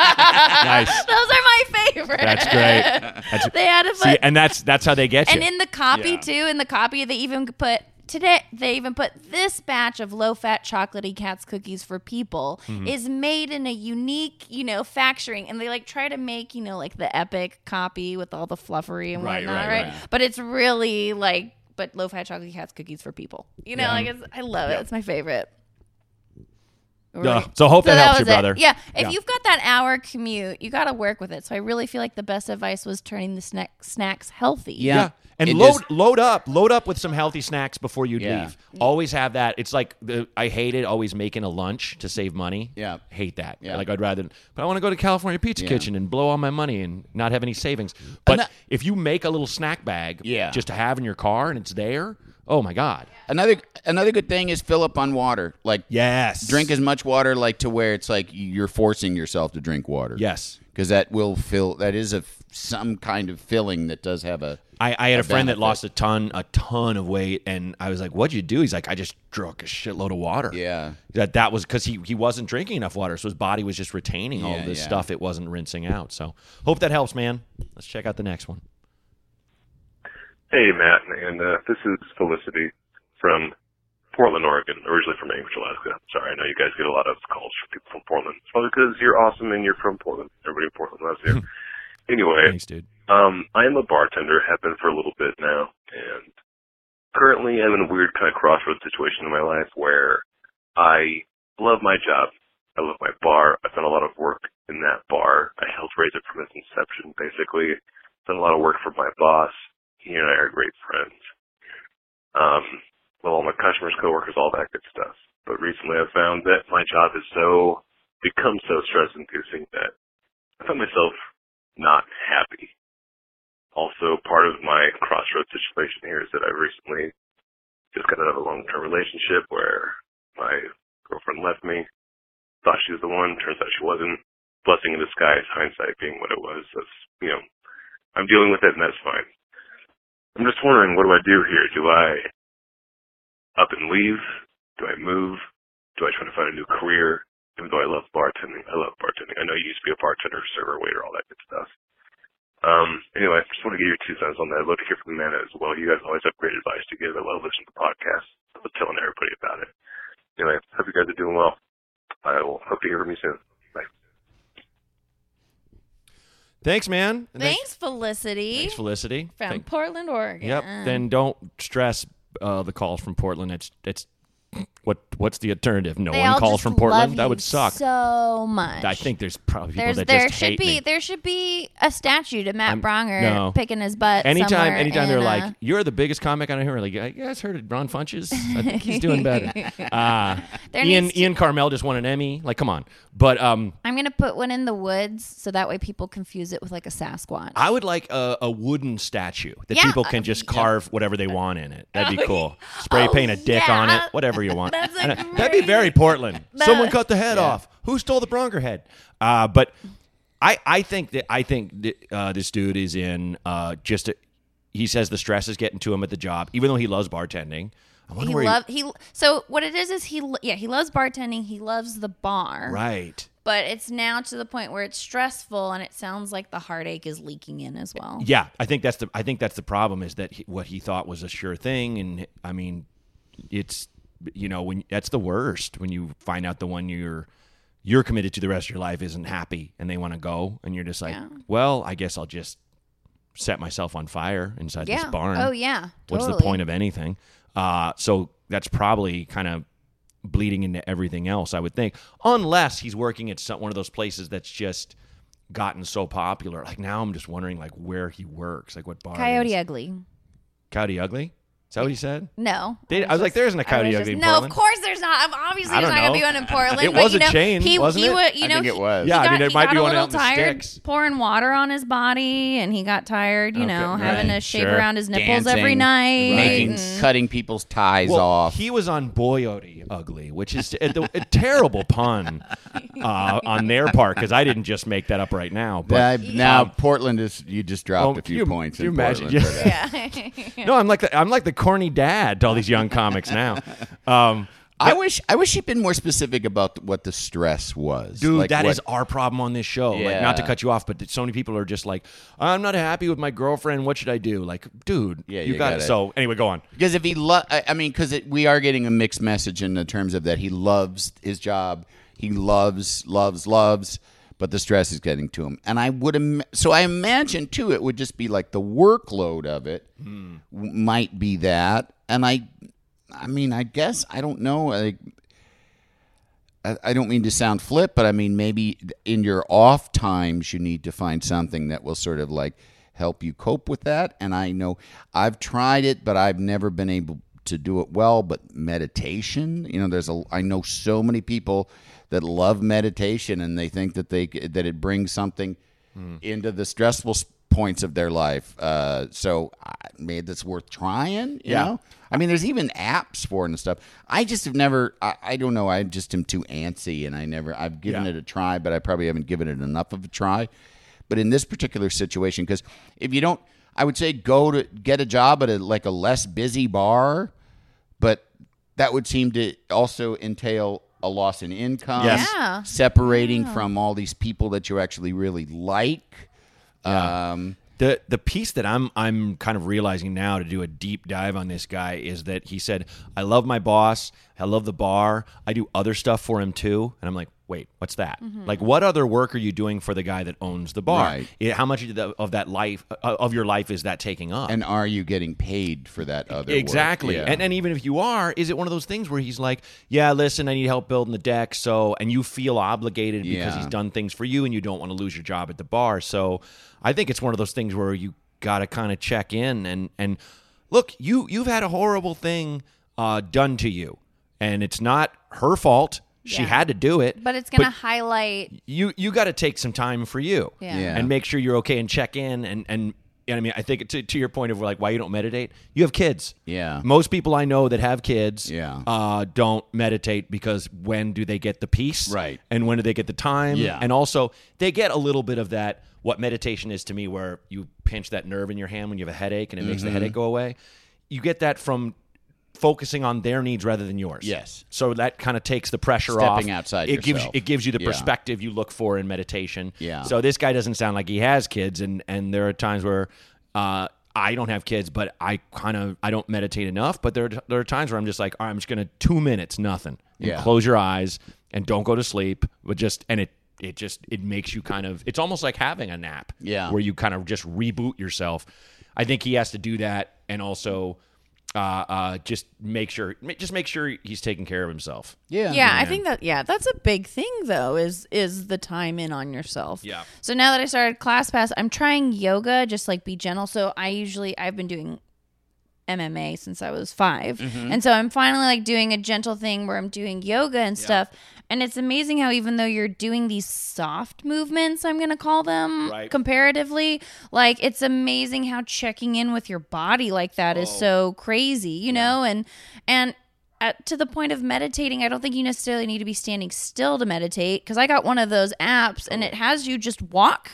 S2: nice.
S4: Those are my favorite.
S2: That's great. That's,
S4: they had a put,
S2: see, and that's that's how they get you.
S4: and in the copy
S3: Yeah.
S4: too. In the copy, they even put today. They even put this batch of low-fat chocolatey cat's cookies for people
S2: Mm-hmm.
S4: is made in a unique, you know, factoring, and they like try to make you know like the epic copy with all the fluffery and
S2: Right,
S4: whatnot,
S2: right,
S4: right? But it's really like. But low-fat chocolatey cat's cookies for people. You know, like it's, I love it. It's my favorite.
S2: Yeah. So hope that helps you,
S4: was it.
S2: brother.
S4: Yeah. If
S2: Yeah.
S4: you've got that hour commute, you got to work with it. So I really feel like the best advice was turning the snack, snacks healthy.
S3: Yeah.
S2: yeah. And
S3: It
S2: load
S3: just-
S2: load up, load up with some healthy snacks before you
S3: Yeah.
S2: leave. Always have that. It's like the, I hated always making a lunch to save money.
S3: Yeah.
S2: hate that.
S3: Yeah.
S2: like I'd rather. But I want to go to California Pizza
S3: Yeah.
S2: Kitchen and blow all my money and not have any savings. But if you make a little snack bag,
S3: Yeah.
S2: just to have in your car and it's there. Oh my God.
S3: Another another good thing is fill up on water. Like
S2: Yes.
S3: drink as much water like to where it's like you're forcing yourself to drink water.
S2: Yes.
S3: Because that will fill. That is a f- some kind of filling that does have a.
S2: I, I had a, friend that
S3: benefit.
S2: lost a ton, a ton of weight, and I was like, "What'd you do?" He's like, "I just drunk a shitload of water."
S3: Yeah.
S2: that that was because he he wasn't drinking enough water, so his body was just retaining all
S3: Yeah,
S2: this
S3: yeah.
S2: stuff. It wasn't rinsing out. So hope that helps, man. Let's check out the next one.
S6: Hey, Matt, and uh, this is Felicity from Portland, Oregon, originally from Anchorage, Alaska. Sorry, I know you guys get a lot of calls from people from Portland. It's probably because you're awesome and you're from Portland. Everybody in Portland loves you. anyway,
S2: Thanks, dude.
S6: um, I am a bartender, have been for a little bit now, and currently I'm in a weird kind of crossroads situation in my life where I love my job. I love my bar. I've done a lot of work in that bar. I helped raise it from its inception, basically. Done a lot of work for my boss. He and I are great friends. Um, with all my customers, coworkers, all that good stuff. But recently I've found that my job has so, become so stress inducing that I find myself not happy. Also, part of my crossroads situation here is that I recently just got out of a long-term relationship where my girlfriend left me. Thought she was the one. Turns out she wasn't. Blessing in disguise, hindsight being what it was. That's, you know, I'm dealing with it and that's fine. I'm just wondering, what do I do here? Do I up and leave? Do I move? Do I try to find a new career? Even though I love bartending, I love bartending. I know you used to be a bartender, server, waiter, all that good stuff. Um, anyway, I just want to get your two cents on that. I'd love to hear from Amanda as well. You guys always have great advice to give. I love listening to podcasts. I love telling everybody about it. Anyway, hope you guys are doing well. I will hope to hear from you soon. Bye.
S2: Thanks, man. And
S4: Thanks, Felicity.
S2: thanks, Felicity.
S4: from
S2: Thank-
S4: Portland, Oregon.
S2: yep. Then don't stress uh, the calls from Portland. It's it's what what's the alternative? No
S4: They
S2: one
S4: all
S2: calls
S4: just
S2: from
S4: love
S2: Portland.
S4: you
S2: That would suck.
S4: So much.
S2: I think there's probably people
S4: there's
S2: that
S4: there
S2: just
S4: should
S2: hate
S4: be
S2: me.
S4: there should be a statue to Matt
S2: I'm-
S4: Bronger
S2: no.
S4: picking his butt.
S2: Anytime,
S4: somewhere
S2: anytime they're
S4: in,
S2: like,
S4: uh,
S2: "You're the biggest comic on here," like, "You guys heard of Ron Funches? I think he's doing better." Uh,
S4: There
S2: Ian
S4: needs to-
S2: Ian Carmel just won an Emmy. Like, come on. But um,
S4: I'm gonna put one in the woods so that way people confuse it with like a Sasquatch.
S2: I would like a, a wooden statue that
S4: Yeah.
S2: people can just carve whatever they want in it. That'd be cool. Spray
S4: Oh,
S2: paint a dick on
S4: yeah.
S2: it, whatever you want.
S4: That's a
S2: And, uh, That'd be very
S4: great-
S2: Portland.
S4: That-
S2: Someone cut the head off. Who stole the Bronger head? Uh, but I, I think that I think that, uh, this dude is in uh, just. A, he says the stress is getting to him at the job, even though he loves bartending. I wonder
S4: he
S2: where
S4: love he so what it is is he lo- yeah he loves bartending he loves the bar
S2: he, right.
S4: but it's now to the point where it's stressful and it sounds like the heartache is leaking in as well
S2: Yeah, I think that's the I think that's the problem is that he, what he thought was a sure thing, and I mean, it's you know when that's the worst when you find out the one you're you're committed to the rest of your life isn't happy and they want to go, and you're just like,
S4: Yeah.
S2: well, I guess I'll just set myself on fire inside
S4: yeah
S2: this barn.
S4: oh yeah
S2: What's the
S4: totally.
S2: point of anything? Uh, so that's probably kind of bleeding into everything else, I would think, unless he's working at some, one of those places that's just gotten so popular. Like now, I'm just wondering like where he works, like what bar. it is.
S4: Coyote Ugly.
S2: Coyote Ugly. Is that what he said?
S4: No.
S2: They- I was like, there isn't a coyote
S4: was
S2: ugly in
S4: no,
S2: Portland.
S4: of course there's not. I'm obviously
S2: I
S4: there's
S2: don't
S4: not gonna be
S2: know.
S4: one in Portland.
S2: It
S4: but,
S2: was
S4: you
S2: a
S4: know,
S2: chain,
S4: he,
S2: wasn't
S4: he
S2: it?
S4: wa- you
S3: I
S4: know,
S3: think it
S4: he-
S3: was.
S4: he
S2: Yeah, I
S4: got-
S2: mean, there
S4: he
S2: might
S4: got
S2: be
S4: a
S2: one
S4: little
S2: out in the
S4: tired,
S2: sticks.
S4: pouring water on his body, and he got tired. You
S2: Okay,
S4: know,
S2: right,
S4: having to shave
S2: sure.
S4: around his nipples
S3: Dancing,
S4: every night. Mm-hmm.
S3: making,
S4: and-
S3: cutting people's ties
S2: Well,
S3: off.
S2: He was on Boyote Ugly, which is a, a terrible pun uh, on their part because I didn't just make that up right now. But
S3: Uh, now Portland is you just dropped
S2: Oh,
S3: a
S2: can
S3: few
S2: you-
S3: points.
S2: can you
S3: in
S2: imagine?
S3: Portland for
S2: Yeah.
S3: that.
S4: yeah.
S2: no, I'm like the, I'm like the corny dad to all these young comics now. Um,
S3: I wish I wish he'd been more specific about what the stress was,
S2: Dude,
S3: Like
S2: that
S3: what-
S2: is our problem on this show. Like, not to
S3: Yeah.
S2: cut you off, but so many people are just like, "I'm not happy with my girlfriend. What should I do?" Like, dude,
S3: Yeah,
S2: you,
S3: you
S2: got
S3: got
S2: it.
S3: it.
S2: So anyway, go on.
S3: Because if he, lo- I I mean, because we are getting a mixed message in the terms of that he loves his job, he loves, loves, loves, but the stress is getting to him. And I would, Im- so I imagine too, it would just be like the workload of it w- might be that. And I, I mean, I guess I don't know. Like, I, I don't mean to sound flip, but I mean maybe in your off times you need to find something that will sort of like help you cope with that. And I know I've tried it, but I've never been able to do it well. But meditation, you know, there's a I know so many people that love meditation and they think that they c- that it brings something into the stressful s- points of their life. Uh, so I mean, that's worth trying. You
S2: Yeah.
S3: know, I mean, there's even apps for it and stuff. I just have never. I, I don't know. I just am too antsy, and I never. I've given
S2: Yeah.
S3: it a try, but I probably haven't given it enough of a try. But in this particular situation, because if you don't, I would say go to get a job at a, like a less busy bar, but that would seem to also entail a loss in income
S2: Yes.
S4: Yeah.
S3: separating from all these people that you actually really like. Um,
S2: The the piece that I'm I'm kind of realizing now to do a deep dive on this guy is that he said, "I love my boss. I love the bar. I do other stuff for him too." And I'm like, "Wait, what's that? Like, what other work are you doing for the guy that owns the bar?
S3: Right.
S2: Yeah, how much of, the, of that life uh, of your life is that taking up?"
S3: and are you getting paid for that other work?
S2: Exactly.
S3: Yeah.
S2: And and even if you are, is it one of those things where he's like, Yeah, listen, I need help building the deck, so and you feel obligated because
S3: Yeah.
S2: he's done things for you and you don't want to lose your job at the bar. So I think it's one of those things where you gotta kinda check in and and look, you you've had a horrible thing uh, done to you. And it's not her fault. She
S4: Yeah.
S2: had to do it.
S4: But it's gonna highlight.
S2: you you gotta take some time for you
S4: Yeah.
S3: Yeah.
S2: and make sure you're okay and check in and and you know what I mean, I think to, to your point of like why you don't meditate, you have kids.
S3: Yeah.
S2: Most people I know that have kids
S3: Yeah.
S2: uh, don't meditate because when do they get the peace?
S3: Right.
S2: And when do they get the time?
S3: Yeah.
S2: And also, they get a little bit of that, what meditation is to me, where you pinch that nerve in your hand when you have a headache and it
S3: Mm-hmm.
S2: makes the headache go away. You get that from focusing on their needs rather than yours.
S3: Yes.
S2: So that kind of takes the pressure off.
S3: Stepping outside
S2: it gives
S3: yourself.
S2: it gives you the
S3: Yeah.
S2: perspective you look for in meditation.
S3: Yeah.
S2: So this guy doesn't sound like he has kids, and and there are times where uh, I don't have kids, but I kind of I don't meditate enough. But there are, there are times where I'm just like, all right, I'm just gonna two minutes, nothing. And
S3: Yeah.
S2: Close your eyes and don't go to sleep, but just and it it just it makes you kind of it's almost like having a nap.
S3: Yeah.
S2: Where you kind of just reboot yourself. I think he has to do that, and also. Uh, uh, just make sure, just make sure he's taking care of himself.
S3: yeah.
S7: yeah, I think that yeah, that's a big thing though. Is is the time in on yourself?
S2: Yeah.
S4: So now that I started ClassPass, I'm trying yoga, just like be gentle. So I usually I've been doing MMA since I was 5 and so I'm finally like doing a gentle thing where I'm doing yoga and stuff. And it's amazing how even though you're doing these soft movements, I'm gonna call them
S2: Right.
S4: comparatively, like it's amazing how checking in with your body like that is so crazy, you know, and and. At, to the point of meditating, I don't think you necessarily need to be standing still to meditate because I got one of those apps and it has you just walk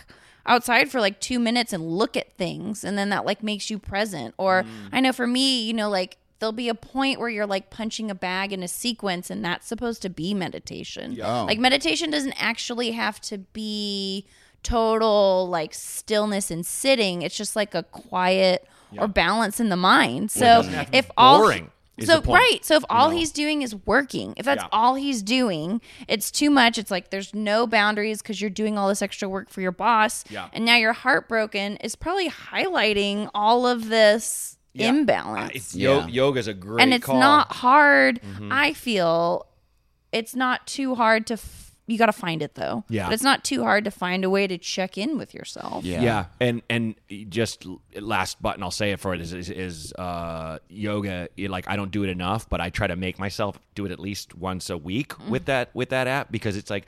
S4: outside for like two minutes and look at things and then that like makes you present or i know for me you know like there'll be a point where you're like punching a bag in a sequence and that's supposed to be meditation
S3: Oh.
S4: like meditation doesn't actually have to be total like stillness and sitting it's just like a quiet or balance in the mind so if all
S2: boring is
S4: so
S2: the point.
S4: right so if all he's doing is working if that's
S2: Yeah.
S4: all he's doing it's too much it's like there's no boundaries because you're doing all this extra work for your boss
S2: Yeah.
S4: and now you're heartbroken is probably highlighting all of this
S2: Yeah.
S4: imbalance
S2: Uh, It's
S3: Yeah.
S2: yo- yoga's a great Mm-hmm.
S4: and it's
S2: call.
S4: not hard i feel it's not too hard to f- you got to find it though.
S2: Yeah.
S4: But it's not too hard to find a way to check in with yourself.
S3: Yeah.
S2: Yeah. and and just l- last button, I'll say it for it is is, is uh, yoga. You- Like I don't do it enough, but I try to make myself do it at least once a week
S4: Mm-hmm.
S2: with that with that app because it's like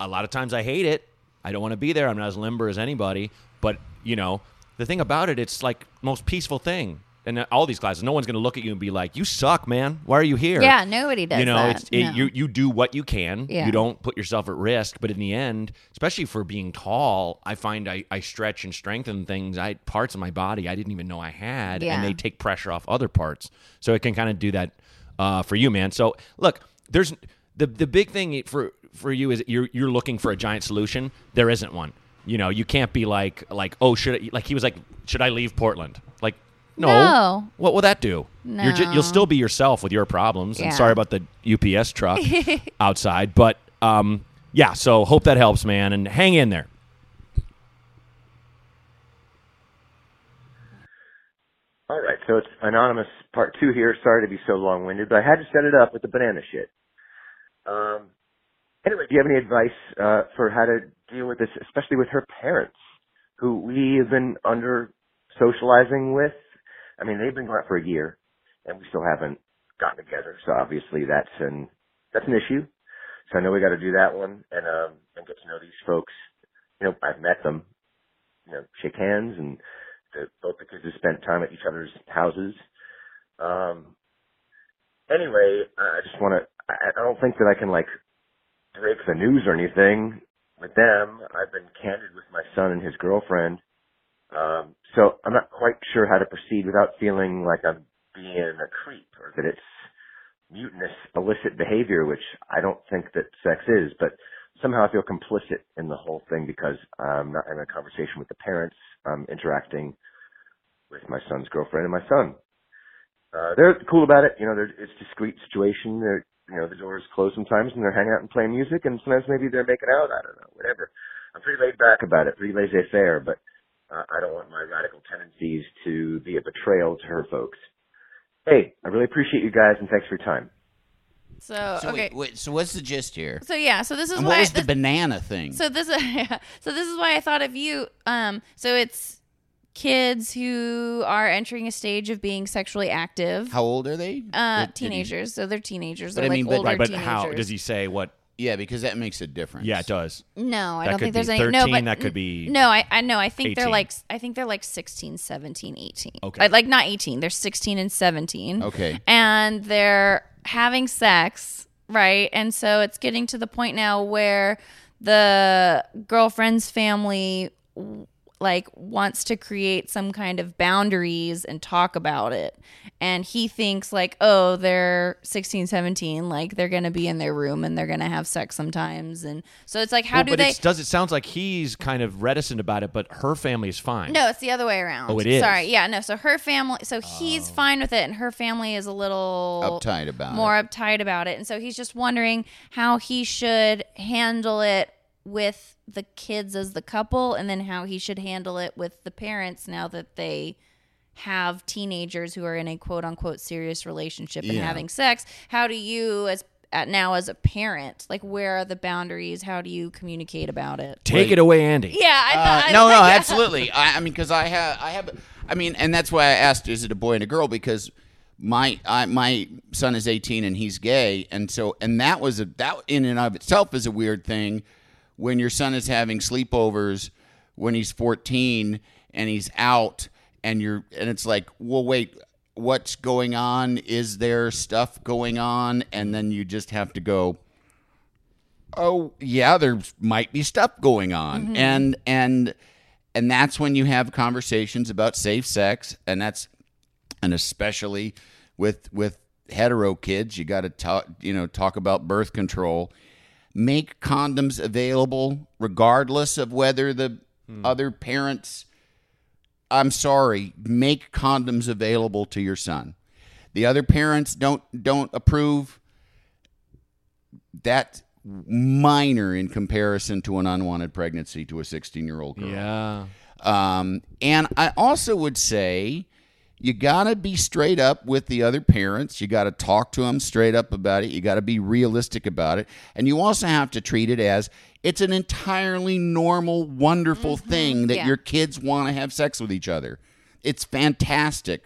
S2: a lot of times I hate it. I don't want to be there. I'm not as limber as anybody, but you know the thing about it, it's like most peaceful thing. And uh, all these classes, no one's going to look at you and be like, "You suck, man. Why are you here?"
S4: Yeah, nobody does
S2: You know,
S4: that.
S2: it's it,
S4: No.
S2: you you do what you can.
S4: Yeah.
S2: You don't put yourself at risk, but in the end, especially for being tall, I find I, I stretch and strengthen things, I parts of my body I didn't even know I had,
S4: Yeah.
S2: and they take pressure off other parts. So it can kind of do that uh, for you, man. So look, there's the the big thing for for you is you're you're looking for a giant solution. There isn't one. You know, you can't be like like oh should I, like he was like should I leave Portland? Like no.
S4: No.
S2: What will that do? You're ju-
S4: No.
S2: you'll still be yourself with your problems.
S4: Um, Yeah.
S2: And sorry about the UPS truck outside, but um, yeah. So hope that helps, man, and hang in there.
S8: All right, so it's anonymous part two here. Sorry to be so long-winded, but I had to set it up with the banana shit. Um, anyway, do you have any advice uh, for how to deal with this, especially with her parents, who we have been under socializing with? I mean, they've been gone for a year, and we still haven't gotten together. So obviously, that's an that's an issue. So I know we got to do that one and um, and get to know these folks. You know, I've met them. You know, shake hands and the, both the kids have spent time at each other's houses. Um, anyway, I I just want to. I I don't think that I can like break the news or anything with them. I've been candid with my son and his girlfriend, um, so I'm not quite sure how to proceed without feeling like I'm being a creep or that it's mutinous, illicit behavior, which I don't think that sex is. But somehow I feel complicit in the whole thing because I'm not having a conversation with the parents. I'm interacting with my son's girlfriend and my son. Uh, they're cool about it. You know, they're, it's a discreet situation. They're, you know, the doors close sometimes and they're hanging out and playing music and sometimes maybe they're making out. I don't know, whatever. I'm pretty laid back about it, pretty laissez faire, but uh, I don't want my radical tendencies to be a betrayal to her folks. Hey, I really appreciate you guys and thanks for your time.
S4: So,
S3: So,
S4: okay.
S3: wait, wait, so what's the gist here?
S4: So yeah, so this is
S3: And
S4: why
S3: what was the
S4: this-
S3: banana thing?
S4: So this is so this is why I thought of you. Um, so it's kids who are entering a stage of being sexually active.
S3: How old are they?
S4: uh,
S3: Did- did he-
S4: teenagers. so they're teenagers.
S3: But
S4: They're
S3: I mean,
S4: like
S3: but-
S4: older
S2: Right, but
S4: teenagers.
S2: how does he say what?
S3: yeah, because that makes a difference.
S2: Yeah, it does.
S4: No, I
S2: That
S4: don't
S2: could
S4: think there's
S2: be
S4: any. No,
S2: 13,
S4: but
S2: that could be
S4: No, I I know. I think they're
S2: 18.
S4: like I think they're like 16, 17, 18.
S2: Okay.
S4: Like, like not 18. They're 16 and 17.
S3: Okay.
S4: And they're having sex, right? And so it's getting to the point now where the girlfriend's family w- like wants to create some kind of boundaries and talk about it. And he thinks like, "Oh, they're 16, 17, like they're going to be in their room and they're going to have sex sometimes." And so it's like, how
S2: Well,
S4: do
S2: but
S4: they
S2: it's, does it sounds like he's kind of reticent about it, but her family is fine.
S4: no, it's the other way around.
S2: Oh, it is. Oh.
S4: Sorry. Yeah, no. So her family, so he's fine with it, and her family is a little
S3: Uptight about
S4: more
S3: it.
S4: uptight about it. And so he's just wondering how he should handle it with the kids as the couple, and then how he should handle it with the parents now that they have teenagers who are in a quote unquote serious relationship and
S3: Yeah.
S4: having sex. How do you, as at now as a parent, like where are the boundaries? How do you communicate about it?
S2: Take it away, Andy.
S4: Yeah, I
S3: Uh,
S4: thought I oh,
S3: no,
S4: was
S3: no,
S4: like, yeah.
S3: absolutely. I, I mean, because I have, I have, I mean, and that's why I asked, is it a boy and a girl? Because my, I, my son is 18 and he's gay, and so, and that was a that in and of itself is a weird thing when your son is having sleepovers when he's 14 and he's out, and you're, and it's like, well, wait. What's going on? Is there stuff going on? And then you just have to go, oh yeah there might be stuff going on
S4: Mm-hmm.
S3: and and and that's when you have conversations about safe sex and that's and especially with with hetero kids you got to talk you know talk about birth control make condoms available regardless of whether the other parents i'm sorry make condoms available to your son the other parents don't don't approve that's minor in comparison to an unwanted pregnancy to a 16 year old girl
S2: Yeah.
S3: um, and I also would say, you got to be straight up with the other parents. You got to talk to them straight up about it. You got to be realistic about it. And you also have to treat it as it's an entirely normal, wonderful thing that
S4: Yeah.
S3: your kids want to have sex with each other. It's fantastic.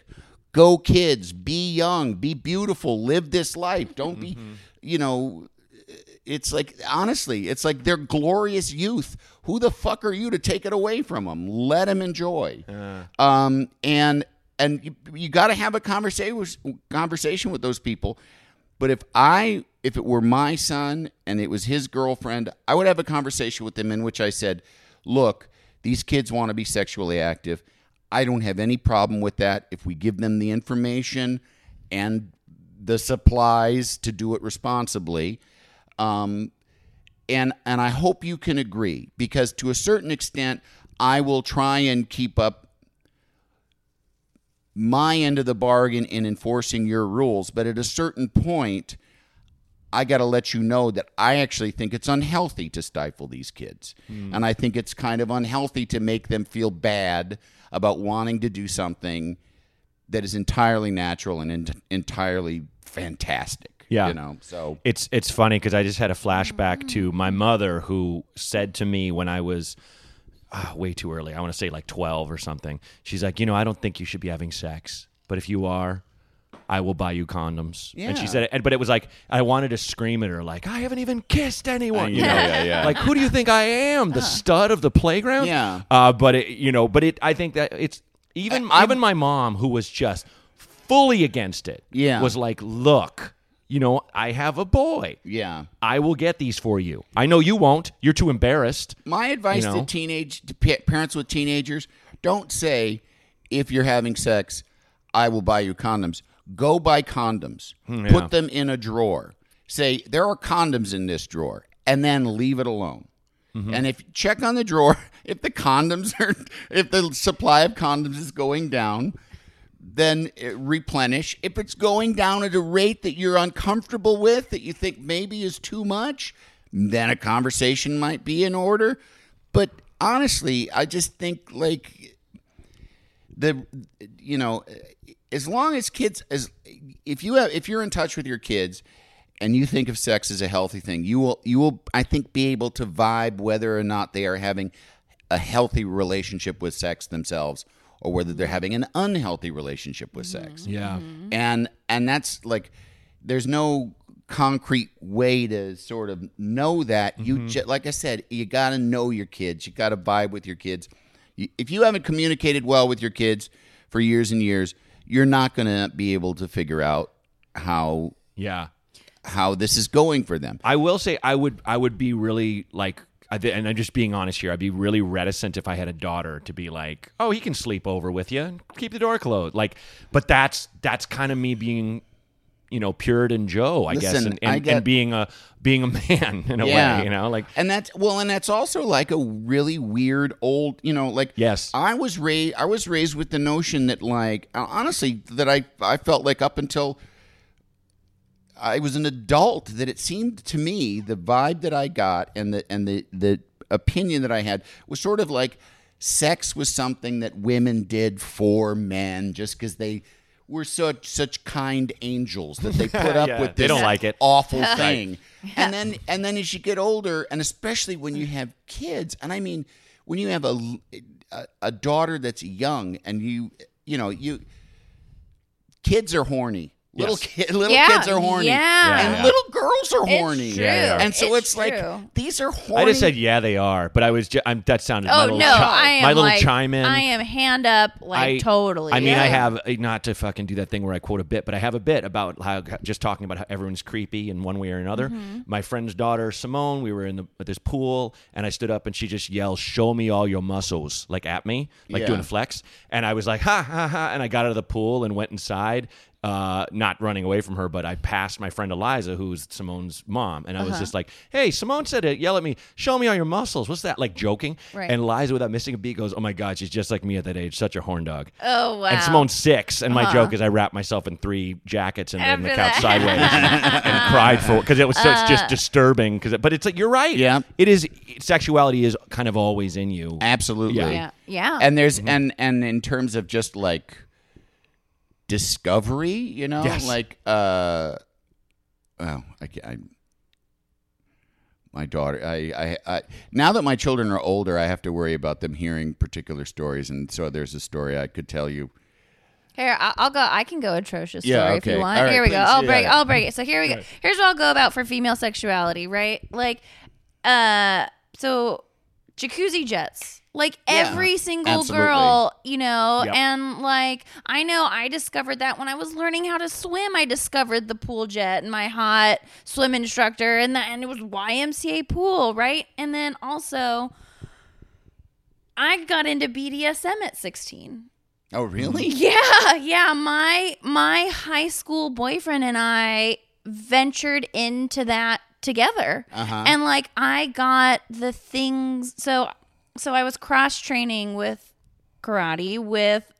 S3: Go kids, be young, be beautiful, live this life. Don't be, you know, it's like honestly, it's like their glorious youth. Who the fuck are you to take it away from them? Let them enjoy. Um, and and you, you got to have a conversation conversation with those people. But if I if it were my son and it was his girlfriend, I would have a conversation with him in which I said, "Look, these kids want to be sexually active. I don't have any problem with that if we give them the information and the supplies to do it responsibly." Um, and and I hope you can agree because to a certain extent, I will try and keep up my end of the bargain in enforcing your rules. But at a certain point, I got to let you know that I actually think it's unhealthy to stifle these kids. And I think it's kind of unhealthy to make them feel bad about wanting to do something that is entirely natural and en- entirely fantastic.
S2: Yeah.
S3: You know, so.
S2: It's it's funny because I just had a flashback to my mother who said to me when I was ah, way too early. I want to say like twelve or something. She's like, you know, I don't think you should be having sex, but if you are, I will buy you condoms. And
S3: Yeah.
S2: she said, it, and- but it was like I wanted to scream at her, like I haven't even kissed anyone. You know,
S9: yeah, yeah.
S2: like who do you think I am, the stud of the playground?
S3: Yeah.
S2: Uh, but it, you know, but it, I think that it's even even my mom who was just fully against it.
S3: Yeah.
S2: was like, look, you know, I have a boy.
S3: Yeah.
S2: I will get these for you. I know you won't. You're too embarrassed.
S3: My advice
S2: You know?
S3: to teenage to pa- parents with teenagers: don't say if you're having sex, I will buy you condoms. Go buy condoms. Put them in a drawer. Say there are condoms in this drawer, and then leave it alone. And if check on the drawer, if the condoms are, if the supply of condoms is going down, then uh, replenish. If it's going down at a rate that you're uncomfortable with, that you think maybe is too much, then a conversation might be in order. But honestly, I just think like the you know, as long as kids as if you have if you're in touch with your kids and you think of sex as a healthy thing, you will you will I think be able to vibe whether or not they are having a healthy relationship with sex themselves or whether they're having an unhealthy relationship with sex
S10: Yeah.
S3: and and that's like there's no concrete way to sort of know that you ju- like i said you got to know your kids you got to vibe with your kids You- if you haven't communicated well with your kids for years and years you're not going to be able to figure out how
S2: Yeah.
S3: how this is going for them
S2: I will say I would I would be really like I thi- and I'm just being honest here. I'd be really reticent if I had a daughter to be like, "Oh, he can sleep over with you and keep the door closed." Like, but that's that's kind of me being, you know, Puritan Joe, I guess,
S3: Listen,
S2: and, and,
S3: I get-
S2: and being a being a man in a
S3: Yeah.
S2: way, you know, like
S3: and that's well and that's also like a really weird old you know like
S2: Yes.
S3: i was raised i was raised with the notion that like honestly that i i felt like up until i was an adult that it seemed to me the vibe that i got and the and the the opinion that i had was sort of like sex was something that women did for men just because they were such such kind angels that they put up
S2: Yeah,
S3: with this
S2: they don't like it.
S3: awful thing. And then and then as you get older, and especially when you have kids, and I mean when you have a l- a, a daughter that's young, and you you know you kids are horny. Little kid, little
S4: Yeah,
S3: kids are horny.
S4: yeah.
S3: and
S2: Yeah.
S3: little girls are
S4: It's
S3: horny.
S4: true.
S2: Yeah,
S3: And so it's,
S4: It's true.
S3: like these are horny.
S2: I just said, "Yeah, they are," but I was ju- I'm, that sounded my
S4: Oh
S2: little
S4: no,
S2: chi-
S4: I am
S2: my little
S4: like,
S2: chime in.
S4: I am hand up, like
S2: I-
S4: totally.
S2: I mean, I have uh, not to fucking do that thing where I quote a bit, but I have a bit about how just talking about how everyone's creepy in one way or another.
S4: Mm-hmm.
S2: My friend's daughter Simone, we were in the at this pool, and I stood up and she just yelled, "Show me all your muscles!" like at me, like
S3: Yeah.
S2: doing a flex, and I was like, "Ha ha ha!" and I got out of the pool and went inside. Uh, not running away from her, but I passed my friend Eliza, who's Simone's mom, and I
S4: Uh-huh.
S2: was just like, "Hey, Simone said to yell at me, show me all your muscles." What's that like, joking?
S4: Right.
S2: And Eliza, without missing a beat, goes, "Oh my god, she's just like me at that age, such a horn dog."
S4: Oh wow. Uh-huh.
S2: And Simone's six, and my joke is I wrapped myself in three jackets and laid on the
S4: After
S2: couch
S4: that. Uh.
S2: sideways and, and cried for because it was so, it's just disturbing. Because but it's like you're right.
S3: Yeah.
S2: it is. Sexuality is kind of always in you.
S3: absolutely.
S2: Yeah. Mm-hmm.
S4: yeah, yeah.
S3: and there's and and in terms of just like discovery, you know?
S2: Yes.
S3: Like, uh, well, I, ca- I, my daughter, I, I, I, now that my children are older, I have to worry about them hearing particular stories. And so there's a story I could tell you.
S4: Here, I- I'll go. I can go atrocious story
S3: Yeah,
S4: if
S3: okay.
S4: you want.
S3: All right,
S4: here we go.
S3: please,
S4: I'll
S3: yeah.
S4: break. I'll break it. So here we go. Here's what I'll go about for female sexuality. Right, like, uh, so jacuzzi jets. Like every single
S3: absolutely.
S4: girl, you know,
S2: Yep.
S4: and like I know I discovered that when I was learning how to swim, I discovered the pool jet and my hot swim instructor, and that and it was YMCA pool, right? And then also, I got into BDSM at sixteen.
S3: Oh, really?
S4: Yeah, yeah. My my high school boyfriend and I ventured into that together.
S3: Uh-huh.
S4: And like I got the things so so I was cross training with karate with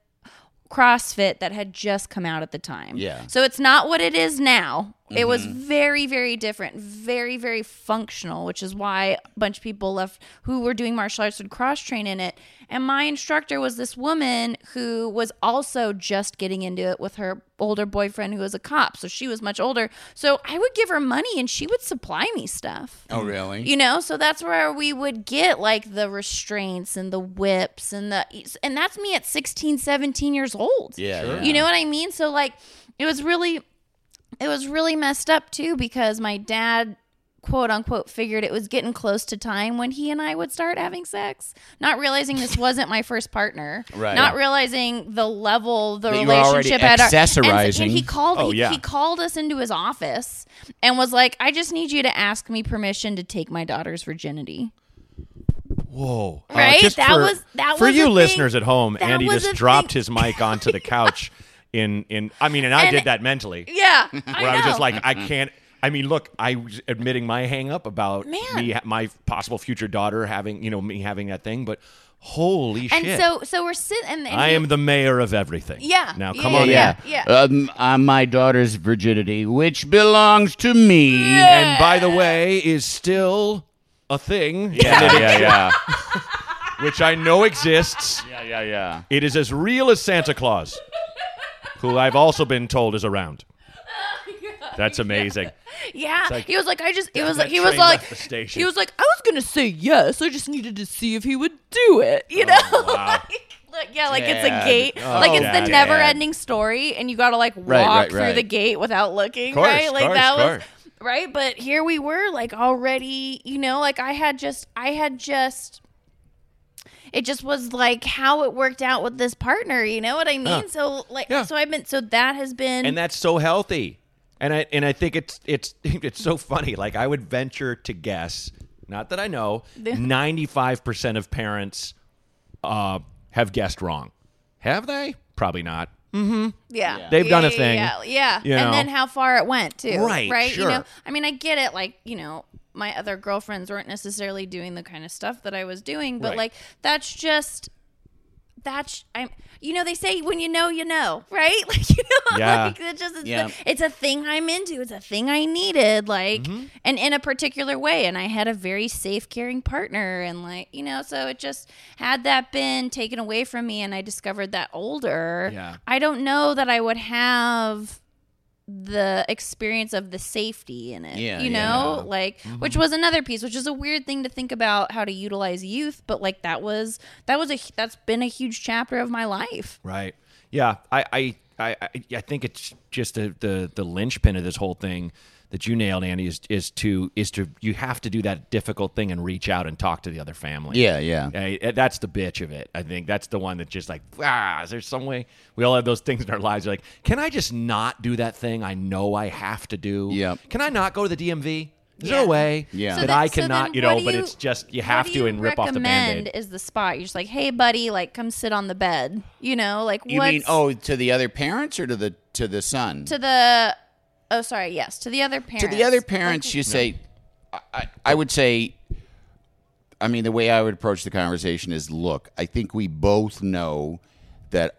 S4: CrossFit that had just come out at the time.
S3: Yeah. Mm-hmm.
S4: So it's not what it is now. It was very, very different, very, very functional, which is why a bunch of people left who were doing martial arts would cross train in it. And my instructor was this woman who was also just getting into it with her older boyfriend who was a cop. So she was much older. So I would give her money and she would supply me stuff.
S3: Oh, really?
S4: You know, so that's where we would get like the restraints and the whips and the and that's me at 16, 17 years old.
S3: yeah, yeah.
S4: You know what I mean? So like it was really it was really messed up too because my dad quote unquote figured it was getting close to time when he and I would start having sex, not realizing this wasn't my first partner.
S3: Right.
S4: Not realizing the level the
S3: That you were already
S4: relationship had And,
S3: accessorizing.
S4: and he called
S2: Oh,
S4: he,
S2: yeah.
S4: he called us into his office and was like, I just need you to ask me permission to take my daughter's virginity.
S2: Whoa! Uh,
S4: Right?
S2: just
S4: That
S2: for,
S4: was- that
S2: for
S4: was a
S2: you
S4: thing-
S2: listeners at home.
S4: that
S2: Andy
S4: was a
S2: just dropped
S4: thing.
S2: his mic onto the couch. In in I mean, and I
S4: And-
S2: did that mentally.
S4: Yeah. I,
S2: where I, was just
S4: know.
S2: like, I
S3: Mm-hmm.
S2: can't. I mean, look, I was admitting my hang up about
S4: Man.
S2: me, my possible future daughter having, you know, me having that thing, but holy
S4: and
S2: shit.
S4: so so we're sitting and, and
S2: I
S4: he-
S2: am the mayor of everything.
S4: Yeah.
S2: Now
S4: Yeah,
S2: come
S4: yeah,
S2: on
S4: yeah.
S2: in.
S3: Um, uh, my daughter's virginity, which belongs to me.
S2: And by the way, is still a thing. and it-
S3: yeah, yeah,
S2: Which I know exists.
S3: yeah, yeah, yeah.
S2: It is as real as Santa Claus, who I've also been told is around. That's amazing.
S4: Yeah,
S2: like-
S4: he was like, I just, it was
S2: that
S4: like, he was
S2: train
S4: like,
S2: left the station.
S4: he was like, I was gonna say yes, I just needed to see if he would do it, you
S2: Oh,
S4: know. like, like, yeah, like it's
S3: Dad.
S4: a gate, like it's
S2: Dad.
S4: the never-ending story, and you gotta like walk
S3: Right, right,
S4: through
S3: right.
S4: the gate without looking,
S2: Course,
S4: right? Like
S2: course,
S4: that
S2: course.
S4: was right, but here we were, like already, you know, like I had just, I had just. It just was like how it worked out with this partner, you know what I mean? So like,
S2: Yeah.
S4: so I've been, so that has been,
S2: and that's so healthy. And I and I think it's it's it's so funny. Like I would venture to guess, not that I know, ninety five percent of parents uh, have guessed wrong. Have they? Probably not.
S4: Yeah.
S2: They've
S4: Yeah,
S2: done a
S4: yeah,
S2: thing,
S4: Yeah. yeah.
S2: you know.
S4: And then how far it went, too.
S2: Right,
S4: Right.
S2: sure.
S4: You know, I mean, I get it. Like, you know, my other girlfriends weren't necessarily doing the kind of stuff that I was doing, but
S2: Right.
S4: like, that's just. That's I'm. You know they say when you know you know, right? Like you know,
S2: Yeah.
S4: like it just it's,
S3: Yeah.
S4: a, it's a thing I'm into. It's a thing I needed, like,
S3: Mm-hmm.
S4: and in a particular way. And I had a very safe, caring partner, and like you know, so it just had that been taken away from me, and I discovered that older.
S2: Yeah.
S4: I don't know that I would have the experience of the safety in it.
S3: Yeah, Mm-hmm.
S4: you know, like which was another piece, which is a weird thing to think about how to utilize youth, but like that was that was a that's been a huge chapter of my life.
S2: Right. Yeah. I I I, I- I think it's just the, the the linchpin of this whole thing that you nailed, Andy, is is to is to you have to do that difficult thing and reach out and talk to the other family.
S3: Yeah, yeah.
S2: I, eh, that's the bitch of it. I think that's the one that just like, ah, is there some way? We all have those things in our lives. You're like, can I just not do that thing I know I have to do?
S3: Yep.
S2: Can I not go to the DMV? Is there a way
S3: Yeah. So
S2: that
S4: then-
S2: I
S4: so then
S2: cannot, you
S4: what
S2: know,
S4: do
S2: but it's just you
S4: what
S2: have
S4: do
S2: to
S4: you
S2: and rip off the
S4: recommend
S2: band aid.
S4: Is the spot you're just like, hey buddy, like come sit on the bed, you know, like
S3: You
S4: what's
S3: mean oh to the other parents or to the to the son?
S4: to the oh sorry yes to the other parents
S3: to the other parents, you say, I, I, I would say, I mean, the way I would approach the conversation is look, I think we both know that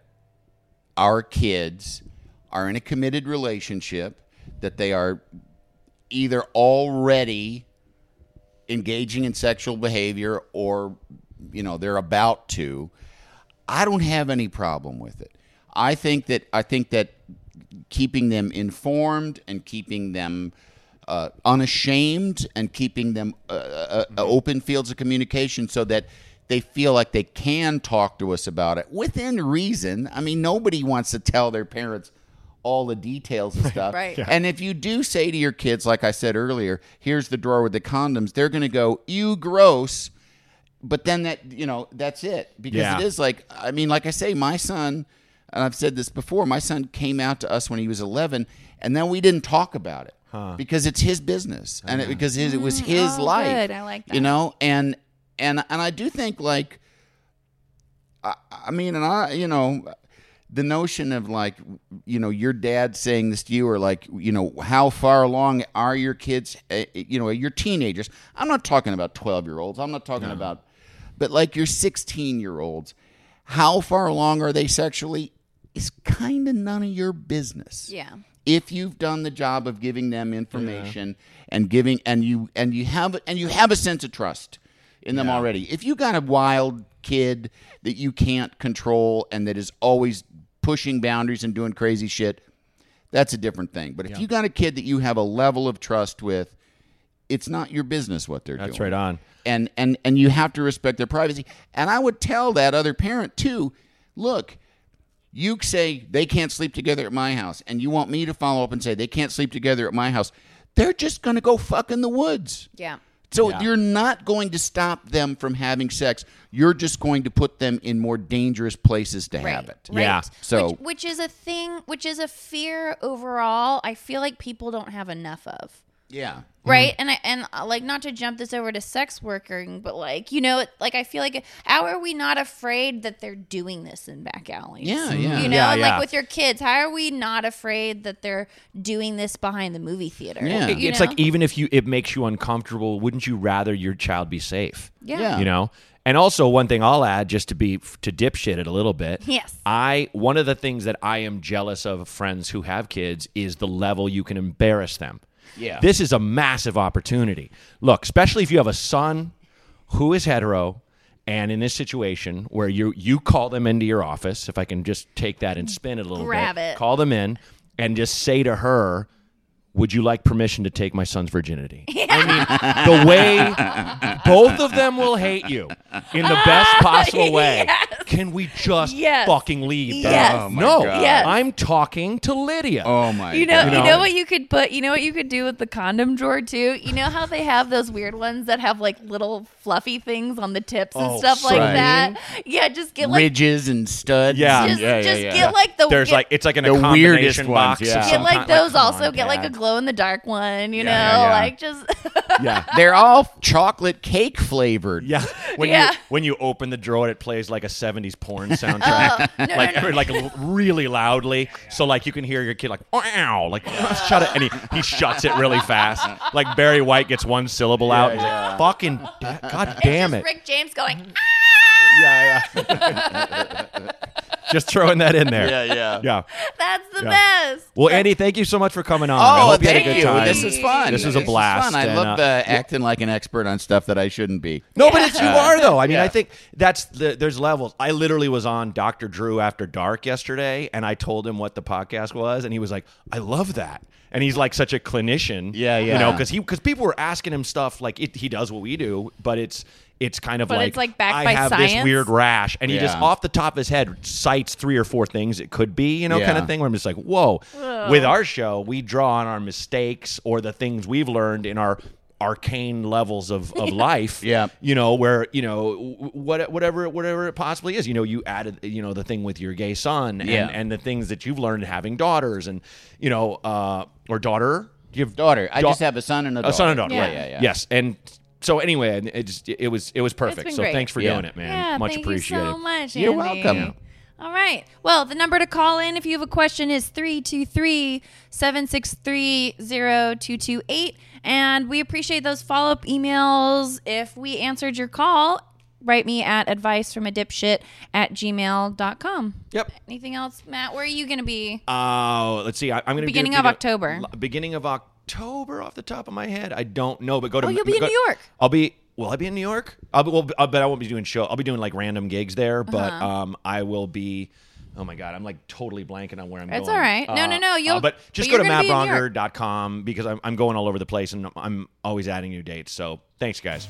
S3: our kids are in a committed relationship, that they are either already engaging in sexual behavior or, you know, they're about to. I don't have any problem with it. I think that I think that keeping them informed and keeping them uh, unashamed and keeping them uh, uh,
S11: Mm-hmm.
S3: uh, open fields of communication so that they feel like they can talk to us about it within reason. I mean, nobody wants to tell their parents all the details and stuff.
S11: right.
S3: And if you do say to your kids, like I said earlier, here's the drawer with the condoms, they're going to go, you gross. But then that, you know, that's it. Because
S2: Yeah.
S3: it is like, I mean, like I say, my son, and I've said this before, my son came out to us when he was 11, and then we didn't talk about it. Because it's his business, and it, because his, it was his
S4: oh,
S3: life,
S4: good. I like
S3: you
S4: that.
S3: know, and and and I do think like, I, I mean, and I, you know, the notion of like you know your dad saying this to you or like you know how far along are your kids uh, you know your teenagers i'm not talking about 12 year olds i'm not talking about but like your 16 year olds how far along are they sexually is kind of none of your business
S4: Yeah.
S3: if you've done the job of giving them information and giving and you and you have and you have a sense of trust in them already. If you got a wild kid that you can't control and that is always pushing boundaries and doing crazy shit, that's a different thing. But if you got a kid that you have a level of trust with, it's not your business what they're
S2: That's
S3: doing
S2: right on.
S3: and and and you have to respect their privacy and i would tell that other parent too look you say they can't sleep together at my house and you want me to follow up and say they can't sleep together at my house they're just going to go fuck in the woods
S4: Yeah.
S3: so you're not going to stop them from having sex you're just going to put them in more dangerous places to have it
S4: Right.
S2: Yeah.
S3: So-
S4: which, which is a thing, which is a fear overall. I feel like people don't have enough of.
S3: yeah
S4: Right, and I and uh, like not to jump this over to sex working, but like you know, it- like I feel like how are we not afraid that they're doing this in back alleys?
S3: Yeah, yeah.
S4: you know,
S2: Mm-hmm. Yeah,
S4: and,
S2: yeah.
S4: like with your kids, how are we not afraid that they're doing this behind the movie theater?
S3: Yeah.
S4: You
S2: it's
S4: know?
S2: like even if you it makes you uncomfortable, wouldn't you rather your child be safe?
S4: yeah,
S3: Yeah.
S2: You know? And also one thing I'll add just to be to dipshit it a little bit.
S4: Yes.
S2: I one of the things that I am jealous of friends who have kids is the level you can embarrass them.
S3: Yeah.
S2: This is a massive opportunity. Look, especially if you have a son who is hetero and in this situation where you you call them into your office, if I can just take that and spin it a little
S4: Grab
S2: bit.
S4: it.
S2: Call them in and just say to her, would you like permission to take my son's virginity? I mean, the way both of them will hate you in the best possible way. Can we just
S4: Ah, Yes.
S2: fucking leave? that?
S4: Yes. Oh,
S3: my
S2: no,
S3: God.
S4: Yes.
S2: I'm talking to Lydia.
S3: oh my
S4: You know,
S3: God.
S4: you know what you could put. You know what you could do with the condom drawer too. You know how they have those weird ones that have like little fluffy things on the tips and
S2: Oh,
S4: stuff like
S3: right.
S4: that. Yeah, just get like
S3: ridges and studs
S2: Yeah.
S3: and-
S4: just, just get like the
S2: There's
S4: get,
S2: like it's like an
S3: The
S2: combination
S3: weirdest ones,
S2: box. of
S3: yeah.
S2: some
S4: get like
S2: kind, like,
S4: those
S2: come
S4: also
S2: on,
S4: get like a
S2: Dad.
S4: glow in the dark one. You know,
S2: yeah, yeah.
S4: like just
S2: yeah.
S3: they're all chocolate cake flavored
S2: Yeah, when
S4: Yeah. Oh,
S2: you when you open the drawer, it plays like a '70s porn soundtrack,
S4: no, no,
S2: like
S4: no.
S2: like l- really loudly, so like you can hear your kid like "ow," like shut it, and he, he shuts it really fast. Like Barry White gets one syllable out, and he's like, "Fucking da- god damn
S4: just
S2: it!"
S4: Rick James going. "Ah,
S2: yeah, yeah. Just throwing that in there.
S3: yeah
S2: yeah.
S4: "Ah, That's the
S2: Yeah.
S4: best.
S2: Well, Andy, thank you so much for coming on. I
S3: Oh,
S2: hope you had a
S3: thank
S2: good
S3: you.
S2: time.
S3: This is fun.
S2: This was a blast.
S3: fun. I
S2: and, uh,
S3: love uh, acting like an expert on stuff that I shouldn't be.
S2: No, but it's you are though. I mean, I
S3: Yeah.
S2: think that's the, there's levels. I literally was on Dr. Drew after dark yesterday, and I told him what the podcast was, and he was like, "I love that." And he's like such a clinician,
S3: Yeah,
S2: You
S3: yeah.
S2: know, because he because people were asking him stuff like it, he does what we do, but it's it's kind of
S4: But
S2: like
S4: it's, like, backed
S2: I
S4: by
S2: have this
S4: science?
S2: weird rash, and he just
S3: Yeah.
S2: off the top of his head cites three or four things it could be, you know, kind
S3: Yeah.
S2: of thing. Where I'm just like, whoa. With our show, we draw on our mistakes or the things we've learned in our arcane levels of, of life
S3: Yeah.
S2: you know where you know wh- what whatever whatever it possibly is you know you added you know the thing with your gay son and,
S3: Yeah.
S2: and the things that you've learned having daughters and you know uh or daughter you have
S3: Daughter, I
S2: da-
S3: just have a son and a
S2: a
S3: daughter.
S2: son and daughter
S4: Yeah.
S2: right
S3: Yeah, yeah.
S2: yes and so anyway and it just it was it was perfect
S4: been
S2: so
S4: great.
S2: thanks for
S3: Yeah.
S2: doing it man
S4: Yeah,
S2: much
S4: thank
S2: appreciated
S4: You so much.
S3: You're
S4: Andy.
S3: welcome.
S4: All right. Well, the number to call in if you have a question is 323 763 0228. And we appreciate those follow up emails. If we answered your call, write me at advice from a dipshit at gmail.com.
S2: Yep.
S4: Anything else, Matt? Where are you going to be?
S2: Oh, let's see. I, I'm going to
S4: Beginning of October.
S2: Beginning of October, off the top of my head, I don't know. But go to.
S4: Oh, you'll be in
S2: go-
S4: New York.
S2: I'll be. Will I be uh, in New
S4: Uh-huh.
S2: York? I'll be, well, I'll, but I won't be doing show. I'll be doing like random gigs there. But um, I will be. Oh my god, I'm like totally blanking on where I'm going. uh,
S4: It's all right. No, no, no, you'll-
S2: but
S4: but
S2: just
S4: you're
S2: go to
S4: gonna be in New York.
S2: mattbronger.com because I'm, I'm going all over the place and I'm always adding new dates. So thanks, guys.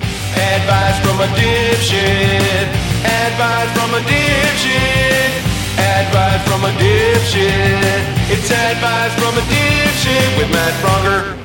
S1: Advice from a dipshit. Advice from a dipshit. Advice from a dipshit. It's advice from a dipshit with Matt Bronger.